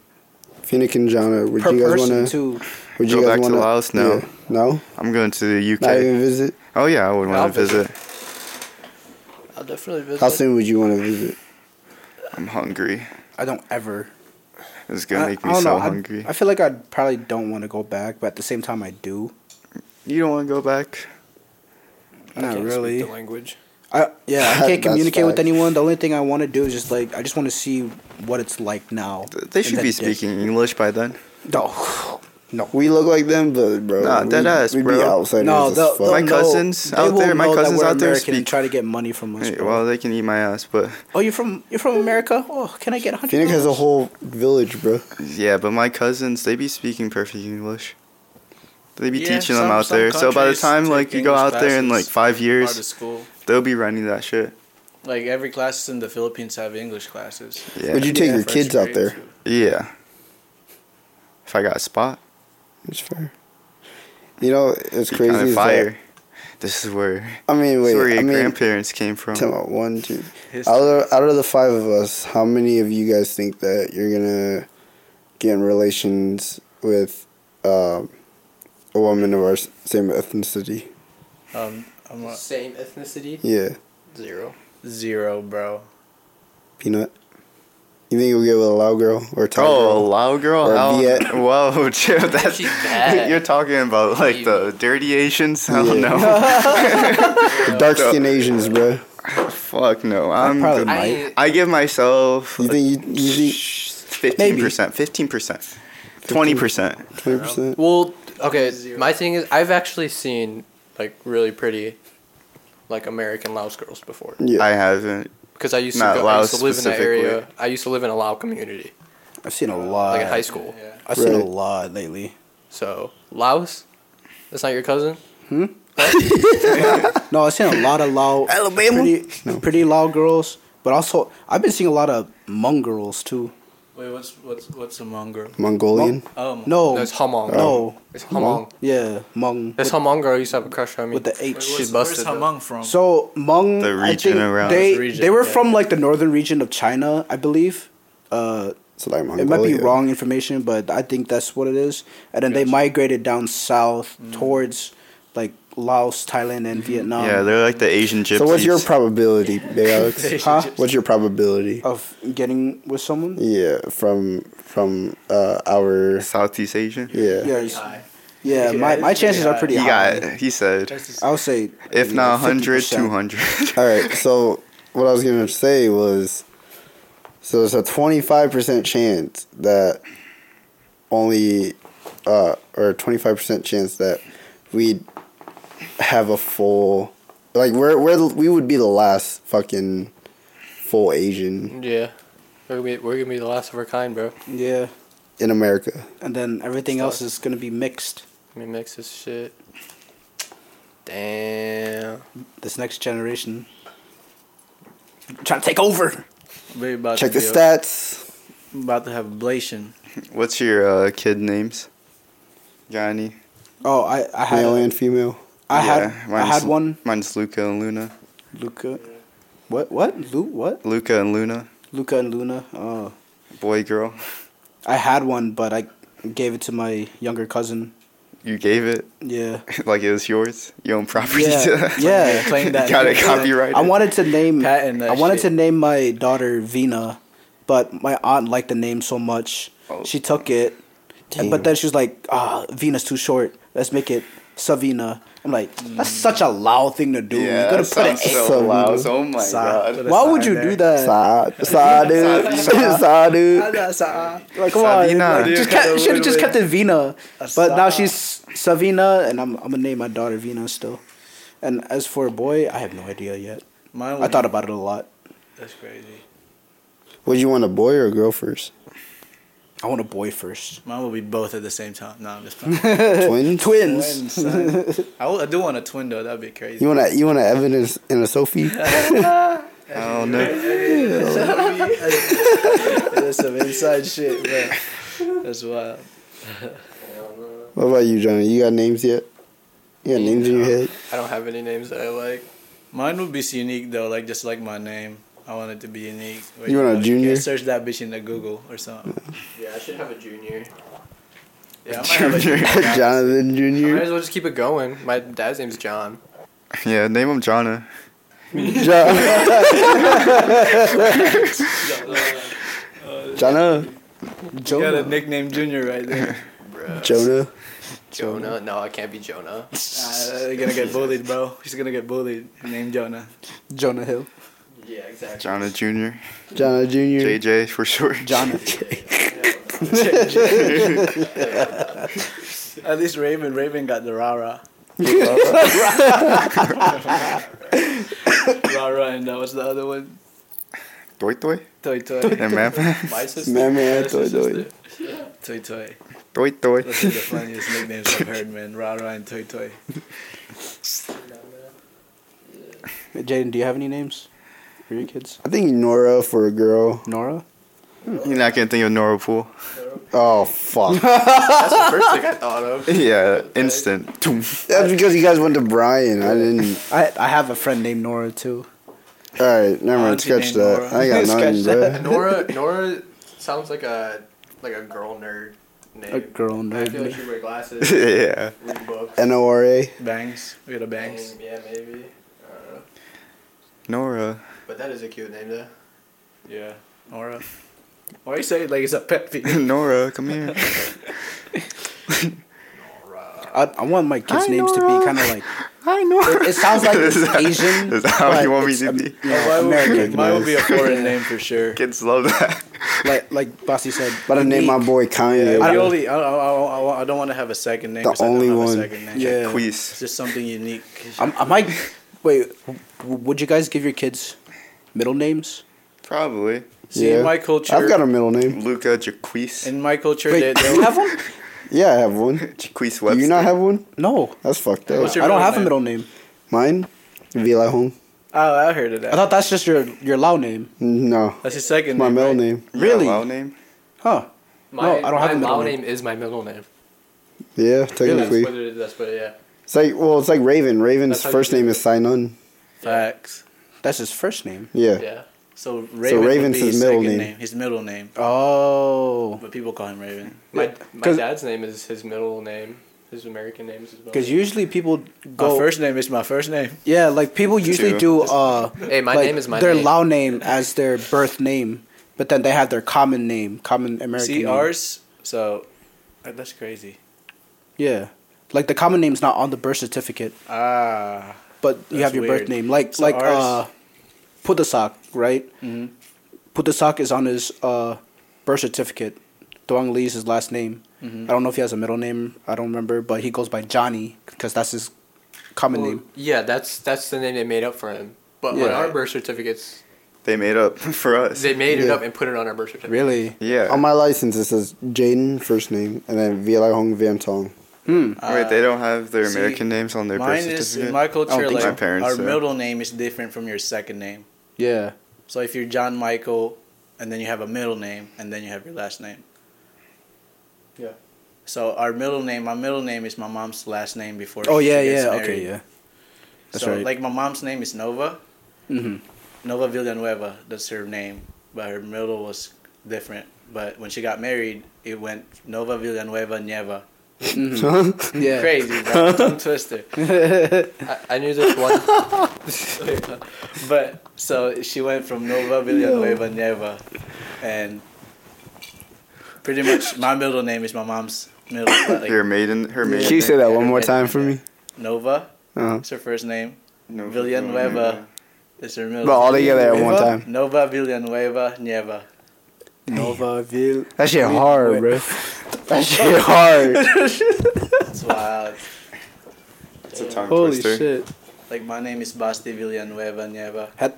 C: Phoenix and Jana, would
B: per
C: you guys
B: person
C: wanna?
B: too.
C: Would
E: Go
C: you guys
E: back to
C: wanna?
E: Laos? No.
C: Yeah. No,
E: I'm going to the UK.
C: not even visit.
E: Oh, yeah, I would
D: I'll
E: want to
D: visit.
E: visit.
D: I'll definitely
C: How
D: visit.
C: soon would you want to visit?
E: I'm hungry.
B: I don't ever.
E: It's going
B: I-
E: to make
B: I
E: me
B: don't
E: so
B: know, I-
E: hungry.
B: I, feel like I probably don't want to go back, but at the same time, I do.
E: you don't want to go back?
B: Not
F: Can't
B: really.
F: Speak the language.
B: I yeah, I
C: That's
B: can't communicate with
C: facts.
B: anyone. The only thing I want to do is just like I just want to see what it's like now.
E: They should
B: And
E: be
B: then dip.
E: speaking English by then.
B: No, no.
C: We look like them, but bro,
E: Nah,
C: we,
E: deadass,
C: we'd
E: bro.
C: be outsiders.
B: No,
C: as
B: they'll,
C: fuck.
B: they'll
E: My
B: know-
E: cousins
B: they
E: out
B: will
E: there- my
B: know that
E: cousins
B: we're
E: out there
B: American and
E: speak-
B: try to get money from us.
E: Hey,
B: bro.
E: well, they can eat my ass, but
B: oh, you're from you're from America. Oh, can I get a hundred?
C: Phoenix has a
B: dollars?
C: whole village, bro.
E: yeah, but my cousins they be speaking perfect English. They be
D: Yeah,
E: teaching them
D: some-
E: out
D: some
E: there. So by the
D: countries
E: time like
D: take
E: you go out
D: English
E: there in like
D: classes,
E: five
D: Part of
E: years,
D: school,
E: they'll be running that shit.
D: like every classes in the Philippines have English classes.
E: Yeah,
C: Would you take
D: Yeah,
C: your
D: first
C: kids out
D: grade,
C: there?
D: too.
E: yeah. If I got a spot,
C: It's fair. You know, it's
E: be
C: crazy.
E: kind of
C: is that-
E: fire. this is where,
C: I
E: this
C: mean, wait.
E: is where your
C: I mean,
E: grandparents came from.
C: tell me, one, two. Out of, out of the five of us, how many of you guys think that you're gonna get in relations with um, a woman of our s- same ethnicity?
D: Um, I'm a
G: Same ethnicity?
C: Yeah,
G: Zero.
D: zero, bro.
C: peanut. You think you'll get with a Lao girl or a Thai
E: Oh,
C: girl?
E: Lao girl?
C: Or
E: How-
C: Viet-
E: Whoa, Jim, that's
G: She's bad.
E: you're talking about like the dirty Asians? Hell
C: Yeah.
E: no.
C: dark skinned Asians, bro.
E: Fuck no. I'm
B: probably
E: good.
B: might.
G: I,
E: I give myself
C: You think you, you think
E: fifteen percent, fifteen percent, twenty percent.
C: twenty percent?
F: Well, okay. My thing is, I've actually seen like really pretty, like American Laos girls before.
E: I
C: Yeah,
E: haven't.
F: Because I used to,
E: Not
F: go, I
E: Laos
F: used to live in that area.
E: specifically.
F: I used to live in a Lao community,
B: I've seen a lot.
F: like in high school.
D: Yeah.
B: I've seen a
C: Right.
B: lot lately.
F: So Laos, that's not your cousin.
B: No, I've seen a lot of loud
C: Alabama?
B: pretty, pretty loud girls. But also, I've been seeing a lot of Hmong girls too.
D: Wait, what's what's what's a mongrel?
C: Mongolian.
D: Um,
B: No,
F: No, it's Hmong.
B: Oh. No,
F: It's Hmong.
B: yeah, Hmong.
F: This
B: With-
F: Hmong girl used to have a crush on me.
B: with the H.
D: wait,
F: She's
D: where's-
F: busted,
D: Where's
F: though.
D: Hmong from?
B: So Hmong,
E: The
B: I
E: region
B: think
E: around.
B: they
D: The region,
B: they were
D: yeah.
B: from like the northern region of China, I believe. Uh,
C: It's like
B: it
C: Mongolia.
B: might be wrong information, but I think that's what it is. And then they migrated down south
D: Mm.
B: towards like Laos, Thailand, and
D: Mm-hmm.
B: Vietnam.
E: yeah, they're like the Asian gypsies.
C: Um, So what's your probability, Big Alex?
B: Huh?
C: What's your probability?
B: of getting with someone.
C: Yeah, from from uh, our
E: Southeast Asian?
C: yeah.
B: Yeah, it's- Yeah,
D: Yeah,
B: my,
D: it's
B: my
D: pretty
B: chances are
D: high.
B: pretty
E: He
B: high.
E: got. He said,
B: I would say
E: if
B: yeah,
E: not 100,
B: 50%.
E: 200.
C: All right. So what I was gonna say was, so there's a 25 percent chance that only, uh, or 25 percent chance that we would have a full, like we're we're the- we would be the last fucking full Asian
F: Yeah. We're gonna, be, we're gonna be the last of our kind, bro.
B: Yeah,
C: in America.
B: and then everything else is gonna be mixed.
F: Let me mix this shit. Damn.
B: This next generation trying to take over.
D: We're about
C: Check
D: to
C: the
D: be a-
C: stats.
D: About to have ablation.
E: What's your uh, kid names? Johnny.
B: Oh, I I had
C: Male and female.
B: I
E: Yeah,
B: had I
E: mine's
B: had
E: Lu-
B: one
E: Mine's Luca and Luna.
B: Luca. What what Lu what
E: Luca and Luna.
B: Luca and Luna? Oh,
E: Boy, girl.
B: I had one, but I gave it to my younger cousin.
E: You gave it
B: Yeah,
E: like it was yours. Your own property.
B: yeah,
D: Yeah,
B: yeah.
D: claim that.
E: Got it copyrighted.
B: I wanted to name
D: Patent that
B: I wanted to
D: shit.
B: name my daughter Vina, but my aunt liked the name so much
E: Oh.
B: she took it. And- But then she was like, "Ah, Vina's too short. Let's make it Savina." I'm like, "That's such a loud thing to do.
E: Yeah,
B: you gotta
E: that
B: put an A.
E: sounds so loud. Oh my
D: Sigh.
E: god.
D: Put a
B: Why
D: sigh
B: would you
D: there.
B: do that?
C: Side, side dude, side dude.
B: Like, come on,
E: Savina.
B: like,
E: Dude,
B: just
D: cut
B: kept,
D: a
B: should have
D: little
B: just
D: bit.
B: kept it Vina.
D: That's
B: But now
D: not-
B: she's Savina, and I'm I'm gonna name my daughter Vina still. And as for a boy, I have no idea yet.
D: Mine
B: I thought about it a lot.
D: That's crazy.
C: Would you want a boy or a girl first?
B: I want a boy first.
D: Mine will be both at the same time. No, I'm just playing.
C: Twins.
B: Twins.
D: Twins, son. I, will- I do want a twin though. That'd be crazy.
C: You want to you want to evidence in a Sophie?
E: I don't know.
D: That's some inside shit, bro. That's wild.
C: What about you, Johnny? You got names yet? You got names in your head?
F: I don't have any names that I like.
D: Mine would be unique though, like just like my name. I want it to be unique. Wait,
C: You want
D: know,
C: a junior?
D: can't search that bitch in the Google or something.
F: Yeah, I should have a junior.
D: Yeah, I might have a junior.
C: Jonathan
F: I might
C: Jr.
F: as well just keep it going. My dad's name's John.
E: Yeah, name him Jonna.
C: John. Jonah.
D: Got a nickname Junior right there.
C: Jonah.
F: Jonah. No, I can't be Jonah.
D: Uh, you're gonna get bullied, bro. He's gonna get bullied. Name Jonah.
B: Jonah Hill.
F: Yeah, exactly.
E: Jonna Jr.
C: Jonah Jr.
E: JJ for short.
B: Jonah.
D: At least Raven. Raven got the rara. rara and uh, what's the other one?
E: Doi Doi?
D: Toy toy.
E: And Mappa?
F: My sister.
C: Man, man,
F: My
C: toy, toy.
F: sister.
D: Toy toy.
E: Doi Doi.
D: Those are the funniest nicknames I've heard, man. Rara and Toy Toy.
B: Jaden, do you have any names for your kids?
C: I think Nora for a girl.
B: Nora?
E: You're not gonna think of Nora Pool.
C: Oh fuck!
F: That's the first thing I thought of.
E: Yeah, instant. Toom.
C: That's because you guys went to Brian. I didn't.
B: I I have a friend named Nora too.
C: All right, never mind.
D: Auntie
C: Scratch
D: named
C: that.
D: Nora.
C: I got
B: Scratch
C: nothing,
B: that.
C: bro.
F: Nora. Nora sounds like a like a girl nerd name.
B: A girl
F: I feel like
B: nerd.
F: she wear glasses,
E: yeah.
F: read books.
C: N O R A.
D: Bangs. We got a Bangs.
F: Name, Yeah, maybe. I don't know.
E: Nora.
F: But that is a cute name though.
D: Yeah. Nora. Why you say it like it's a pet peeve?
E: Nora, come here.
B: I I want my kids' names to be kind of like.
E: Hi Nora.
B: It, it sounds like it's
E: Is that-
B: Asian.
E: is that how
B: but
E: you want me
B: it's
E: to
B: Am-
E: be?
B: Yeah,
D: Mine would-
B: American.
D: Mine would be a foreign name for sure.
E: Kids love that.
B: like like Bossy said.
C: But I named my
B: unique.
C: boy Kanye.
D: I,
C: bro.
D: only, I, I, I, I don't want to have a second name.
C: The
D: 'cause I don't
C: only
D: have a
C: one.
D: second name.
B: Yeah.
D: It's
E: Quees.
D: just something unique.
B: I'm, I might. Wait, w- would you guys give your kids middle names?
E: Probably.
D: See, in my culture,
C: I've got a middle name.
E: Luca Jaquise.
D: in my culture, they
B: Wait, do you
D: don't.
B: have one?
C: Yeah, I have one.
E: Jaquise
C: Do
E: Webster.
C: you not have one?
B: No,
C: That's fucked up.
D: What's
B: I
D: your
B: don't
D: middle
B: have a
D: name?
B: middle name.
C: Mine? Vila Home?
D: Oh, I heard of
B: I
D: that.
B: thought that's just your your Lao name,
C: No.
D: That's your second.
C: It's my
D: name,
C: middle
D: right?
C: name.
E: You got a
B: Really?
E: Lao name?
B: huh?
F: My,
B: I don't have a
F: my
B: middle
F: Lao
B: name.
F: name is my middle name.
C: Yeah,
F: That's
C: technically.
F: what it is. That's what it, yeah.
C: It's like well, it's like Raven. Raven's
F: That's how
C: first
F: you do
C: name is Sinun.
D: Facts.
B: That's his first name.
C: Yeah.
F: Yeah.
D: So Raven. would
C: Raven's
D: be
C: his
D: his
C: middle
D: second
C: name.
D: His middle name,
B: Oh,
D: but people call him Raven.
F: My my
B: 'Cause-
F: dad's name is his middle name. His American name is his middle.
B: because
F: name.
B: usually people
D: My
B: go.
D: first name is my first name.
B: yeah, like people usually
E: Two.
B: do. Uh,
F: Hey, my
B: like,
F: name is my
B: their
F: name.
B: Lao name as their birth name, but then they have their common name, common American.
D: See
B: name.
D: ours. So uh, that's crazy.
B: Yeah, Like the common name's not on the birth certificate,
D: Ah.
B: but you
D: That's
B: have your
D: weird.
B: birth name. Like
D: So
B: like uh,
D: ours-
B: Putasak, right?
D: Mhm.
E: Mm-hmm.
B: Putasak is on his uh, birth certificate. Doang Lee is his last name. I don't know if he has a middle name. I don't remember, but he goes by Johnny because that's his common
F: Well,
B: name.
F: Yeah, that's that's the name they made up for him. But on
B: Yeah.
F: our birth certificates,
E: They made up for us.
F: they made it
C: Yeah.
F: up and put it on our birth certificate.
B: Really?
E: yeah.
C: On my license, it says Jaden, first name, and then VLI Hong Vian Tong.
B: Hmm.
D: Ah.
E: Wait, they don't have their
D: see,
E: American names on their birth
D: Mine is
E: certificate.
D: in my culture.
B: think
D: Like
E: so. My parents,
D: our
E: so.
D: middle name is different from your second name.
B: Yeah.
D: So if you're John Michael, and then you have a middle name, and then you have your last name.
B: Yeah.
D: So our middle name, my middle name is my mom's last name before.
B: Oh
D: she
B: yeah,
D: gets
B: yeah.
D: married.
B: Okay, yeah. That's
D: so
B: right.
D: like my mom's name is Nova,
B: Mhm.
D: Nova Villanueva. That's her name, but her middle was different. But when she got married, it went Nova Villanueva Nieva.
B: Yeah.
D: Crazy, bro. Tongue twister.
F: I, I knew this one.
D: But so she went from Nova Villanueva Nieva, and pretty much my middle name is my mom's middle. Like
E: Your maiden, her maiden.
C: Can you say
E: name-
C: that one more time for me?
D: Nova
C: Uh-huh.
D: is her first name.
E: No,
D: Villanueva is her middle.
C: But all
D: name.
C: together at one
B: Villanueva?
C: time.
D: Nova Villanueva Nieva.
B: Nova Ville.
C: That shit hard, bro. That shit hard.
D: That's wild.
E: It's a tongue
B: Holy
E: twister.
B: shit.
D: Like my name is Basti Villanueva Nieva.
B: Have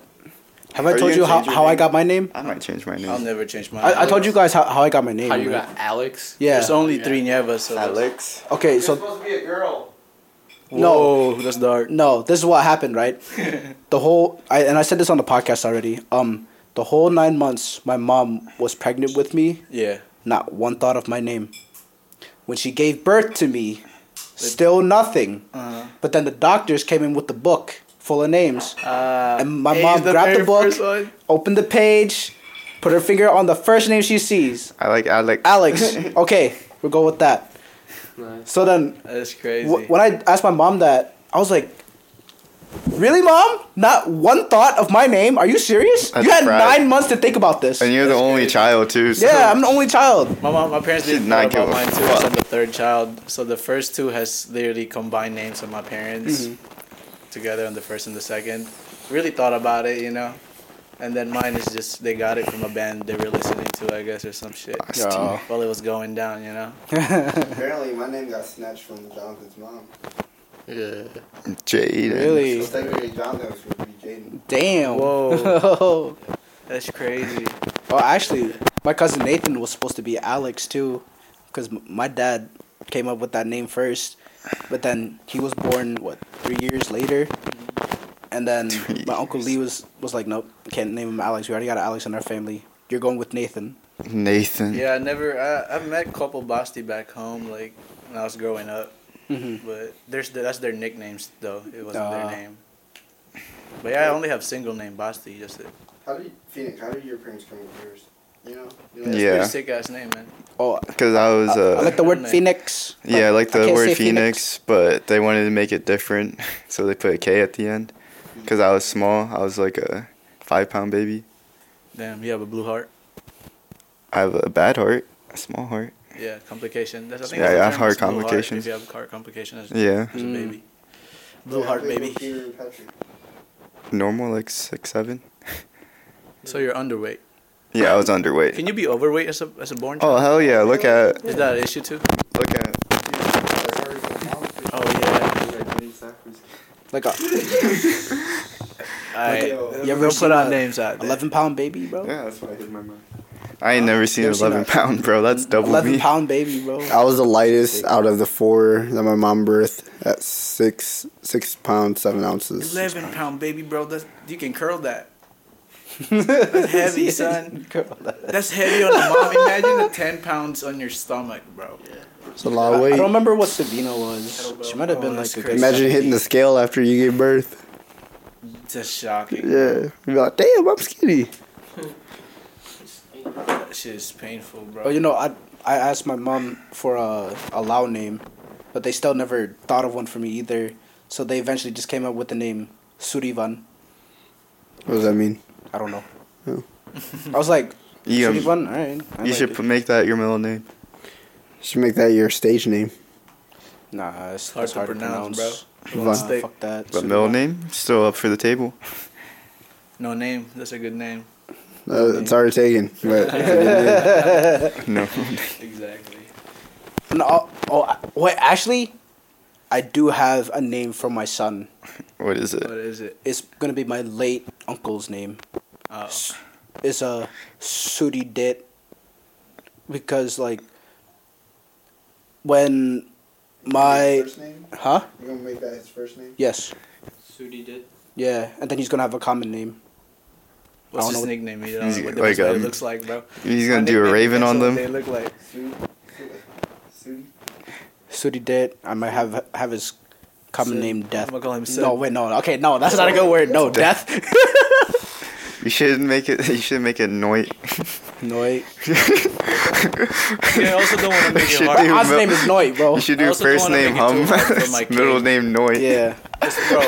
B: I
E: Are
B: told you,
E: you gonna
B: how,
E: change your
B: how I
E: name?
B: got my name?
E: I might change my name.
D: I'll never change my.
B: I, I told you guys how, how I got my name.
F: How you
B: right?
F: got Alex?
B: Yeah.
D: There's only three Nievas. So
E: Alex.
B: okay, so
G: supposed to be a girl.
B: No.
D: Whoa, that's dark.
B: No, this is what happened, right? the whole I and I said this on the podcast already. Um, the whole nine months my mom was pregnant with me,
D: Yeah.
B: not one thought of my name. When she gave birth to me, still nothing.
D: Uh-huh.
B: But then the doctors came in with the book full of names,
D: Uh,
B: and my
D: A's
B: mom grabbed the
D: very
B: book,
D: first one.
B: opened the page, put her finger on the first name she sees,
E: I like Alex.
B: Alex. okay, we'll go with that.
F: Nice.
B: So then
D: That's crazy.
B: Wh- when I asked my mom that, I was like, "Really, mom? Not one thought of my name? Are you serious?
E: That's
B: you had
E: proud.
B: nine months to think about this."
E: and you're the only child too. So.
B: yeah, I'm the only child.
D: My mom, my parents
E: She
D: didn't
E: did not
D: know about
E: give a
D: mine too. I
E: fuck.
D: the third child, so the first two has literally combined names of my
E: Mm-hmm.
D: parents together on the first and the second. Really thought about it, you know, and then mine is just they got it from a band they were listening to, I guess, or some shit.
B: Yeah.
D: While it was going down, you know.
C: Apparently, my name got snatched from Jonathan's mom.
F: Yeah.
E: Jaden.
B: Really?
C: technically, Jonathan was supposed to be Jaden.
B: Damn.
D: Whoa. That's crazy.
B: Oh, actually, my cousin Nathan was supposed to be Alex too, because my dad came up with that name first, but then he was born what three years later, and then
E: Three
B: my uncle Lee was was like, "Nope, can't name him Alex. We already got an Alex in our family. You're going with Nathan."
E: Nathan.
D: Yeah, I never. I, I met couple Basti back home, like when I was growing up. But there's the, that's their nicknames though. It wasn't
B: Ah.
D: their name. But yeah, I only have single name Basti. Just it.
C: How did Phoenix? How did your parents come with yours? You know.
E: know, Yeah.
D: Pretty sick ass name, man.
B: Oh,
E: Because I was. Uh,
B: I like the word
D: Name.
B: phoenix.
E: yeah, I like
B: I
E: the
B: can't
E: word
B: say
E: phoenix, but they wanted to make it different, so they put a K at the end.
B: Mm-hmm.
E: Because I was small, I was like a five pound baby.
D: Damn, you have a blue heart.
E: I have a bad heart, a small heart.
D: Yeah, complication. That's I think
E: Yeah,
D: that's
E: I
D: the
E: have
D: term,
E: heart
D: is blue
E: complications.
D: If you have heart complications, as,
E: Yeah,
D: as a baby, blue heart baby.
E: normal like six seven.
D: So you're underweight.
E: Yeah, I was underweight.
D: Can you be overweight as a as a born
E: Oh
D: child?
E: hell yeah! Look at
D: Is that an issue too?
E: look at.
D: Oh yeah.
B: Like a
D: Alright.
B: you
D: You
B: ever
D: ever
B: seen
D: put our
B: a
D: names out? There.
B: eleven pound baby, bro.
E: Yeah, that's what I hit my mouth. I ain't never seen an
B: never seen
E: eleven
B: that.
E: pound, bro. That's double
B: Eleven
E: me.
B: pound baby, bro.
C: I was the lightest out of the four that my mom birthed at six six pounds seven ounces.
D: Eleven pound baby, bro. That's you can curl that. That's heavy, son. That's heavy on the mom. Imagine the ten pounds on your stomach, bro.
C: It's a lot of
B: I
C: weight.
B: don't remember what Savina was. She might have
D: Oh,
B: been
D: that's
B: like a
D: crazy.
C: Imagine hitting the scale after you gave birth.
D: That's shocking.
C: Yeah, you'd be like, damn, I'm skinny.
D: That shit is painful, bro.
B: Oh, you know, I I asked my mom for a a Lao name, but they still never thought of one for me either. So they eventually just came up with the name Surivan.
C: What does that mean?
B: I don't know.
C: Oh.
B: I was like
E: You, um,
B: Surivan. All right. I
E: you
B: like
E: should
B: it.
E: p- make that your middle name.
C: Should make that your stage name.
B: Nah, it's
D: Hard
B: it's
D: to
B: hard, to
D: pronounce,
B: pronounce,
D: bro.
B: Nah,
D: Steak.
B: fuck that.
E: But middle name still up for the table.
D: No name. That's a good name.
C: Uh, it's already taken, but
E: No.
D: Exactly.
B: No, oh, I- wait, actually, I do have a name for my son.
E: what is
D: What
E: it?
D: is it?
B: It's gonna be my late uncle's name. Uh,
D: Oh,
B: It's uh, a Suri Det. Because like, when my
C: name?
B: huh
C: You gonna make that his first name?
B: yes
G: Sudi did.
B: yeah, and then he's gonna have a common name. I
D: what's
B: don't
D: his
B: know.
D: nickname? You don't know
E: He's
D: what
E: like,
D: like, it
E: um,
D: looks like, bro.
E: He's gonna do a raven on
D: They
E: them.
D: look like
B: Suri Det. I might have have his common
D: Sud.
B: name Death.
D: I'm gonna call him
B: No
D: Sud.
B: wait no okay no that's not a good word no Death.
E: You should make it. You should make it Noit.
B: Noi.
D: Yeah, I also don't want to make it
E: Should
D: hard.
E: do-
B: His
E: mil-
B: name is Noi bro.
E: You should
D: Oh, I
E: do
D: also
E: first
D: don't wanna
E: name
D: make
E: Hum,
D: it too hard for my kid.
E: middle name Noit.
B: Yeah.
D: Just- bro,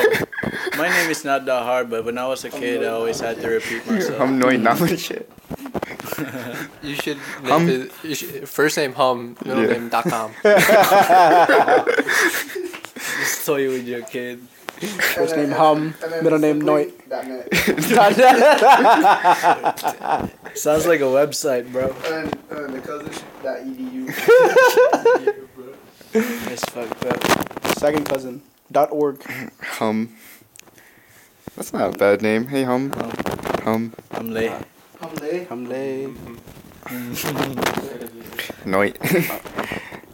D: my name is not that hard, but when I was a kid, I always had to repeat myself.
E: Hum Noit Namache.
F: You should name
E: Hum.
F: it, you should, first name Hum, middle
E: Yeah.
F: name dot com.
D: Just toy with your kid.
B: First name Hum. Middle name Noi.
D: Sounds like a website, bro.
C: E
D: It's fucked up.
B: Second cousin. Dot org.
E: Hum. That's not a bad name. Hey Hum.
D: Oh.
E: Hum.
D: I'm late.
B: Hamle.
E: Noit.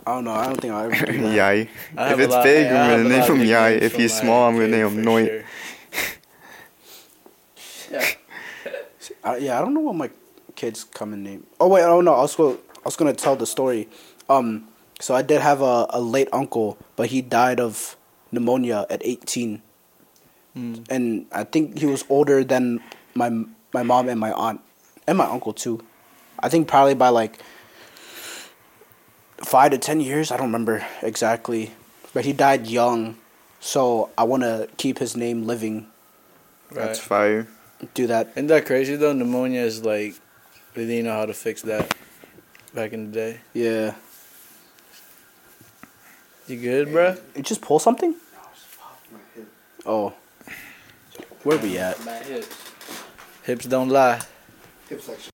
B: I don't know. I don't think I'll ever do that.
E: Yai. If
D: I have a
E: it's
D: lot-
E: big,
D: I
E: I'm
D: have a
E: gonna
D: lot
E: name
D: of
E: him Yai.
D: nicknames
E: If
D: from
E: he's
D: my
E: small, I'm gonna
D: kid,
E: name him
D: for
E: Noit.
D: sure.
B: I, yeah, I don't know what my kid's common name. Oh wait, oh no, I was going I was gonna tell the story. Um, so I did have a, a late uncle, but he died of pneumonia at eighteen, and I think he was older than my my mom and my aunt and my uncle too. I think probably by like five to ten years. I don't remember exactly, but he died young. So I want to keep his name living.
E: That's
D: Right.
E: fire.
B: Do that.
D: Isn't that crazy though? Pneumonia is like they didn't know how to fix that back in the day.
B: Yeah.
D: You good, bro?
B: You just pull something? Oh. Where we at?
G: My hips.
D: Hips don't lie.
C: Hip section.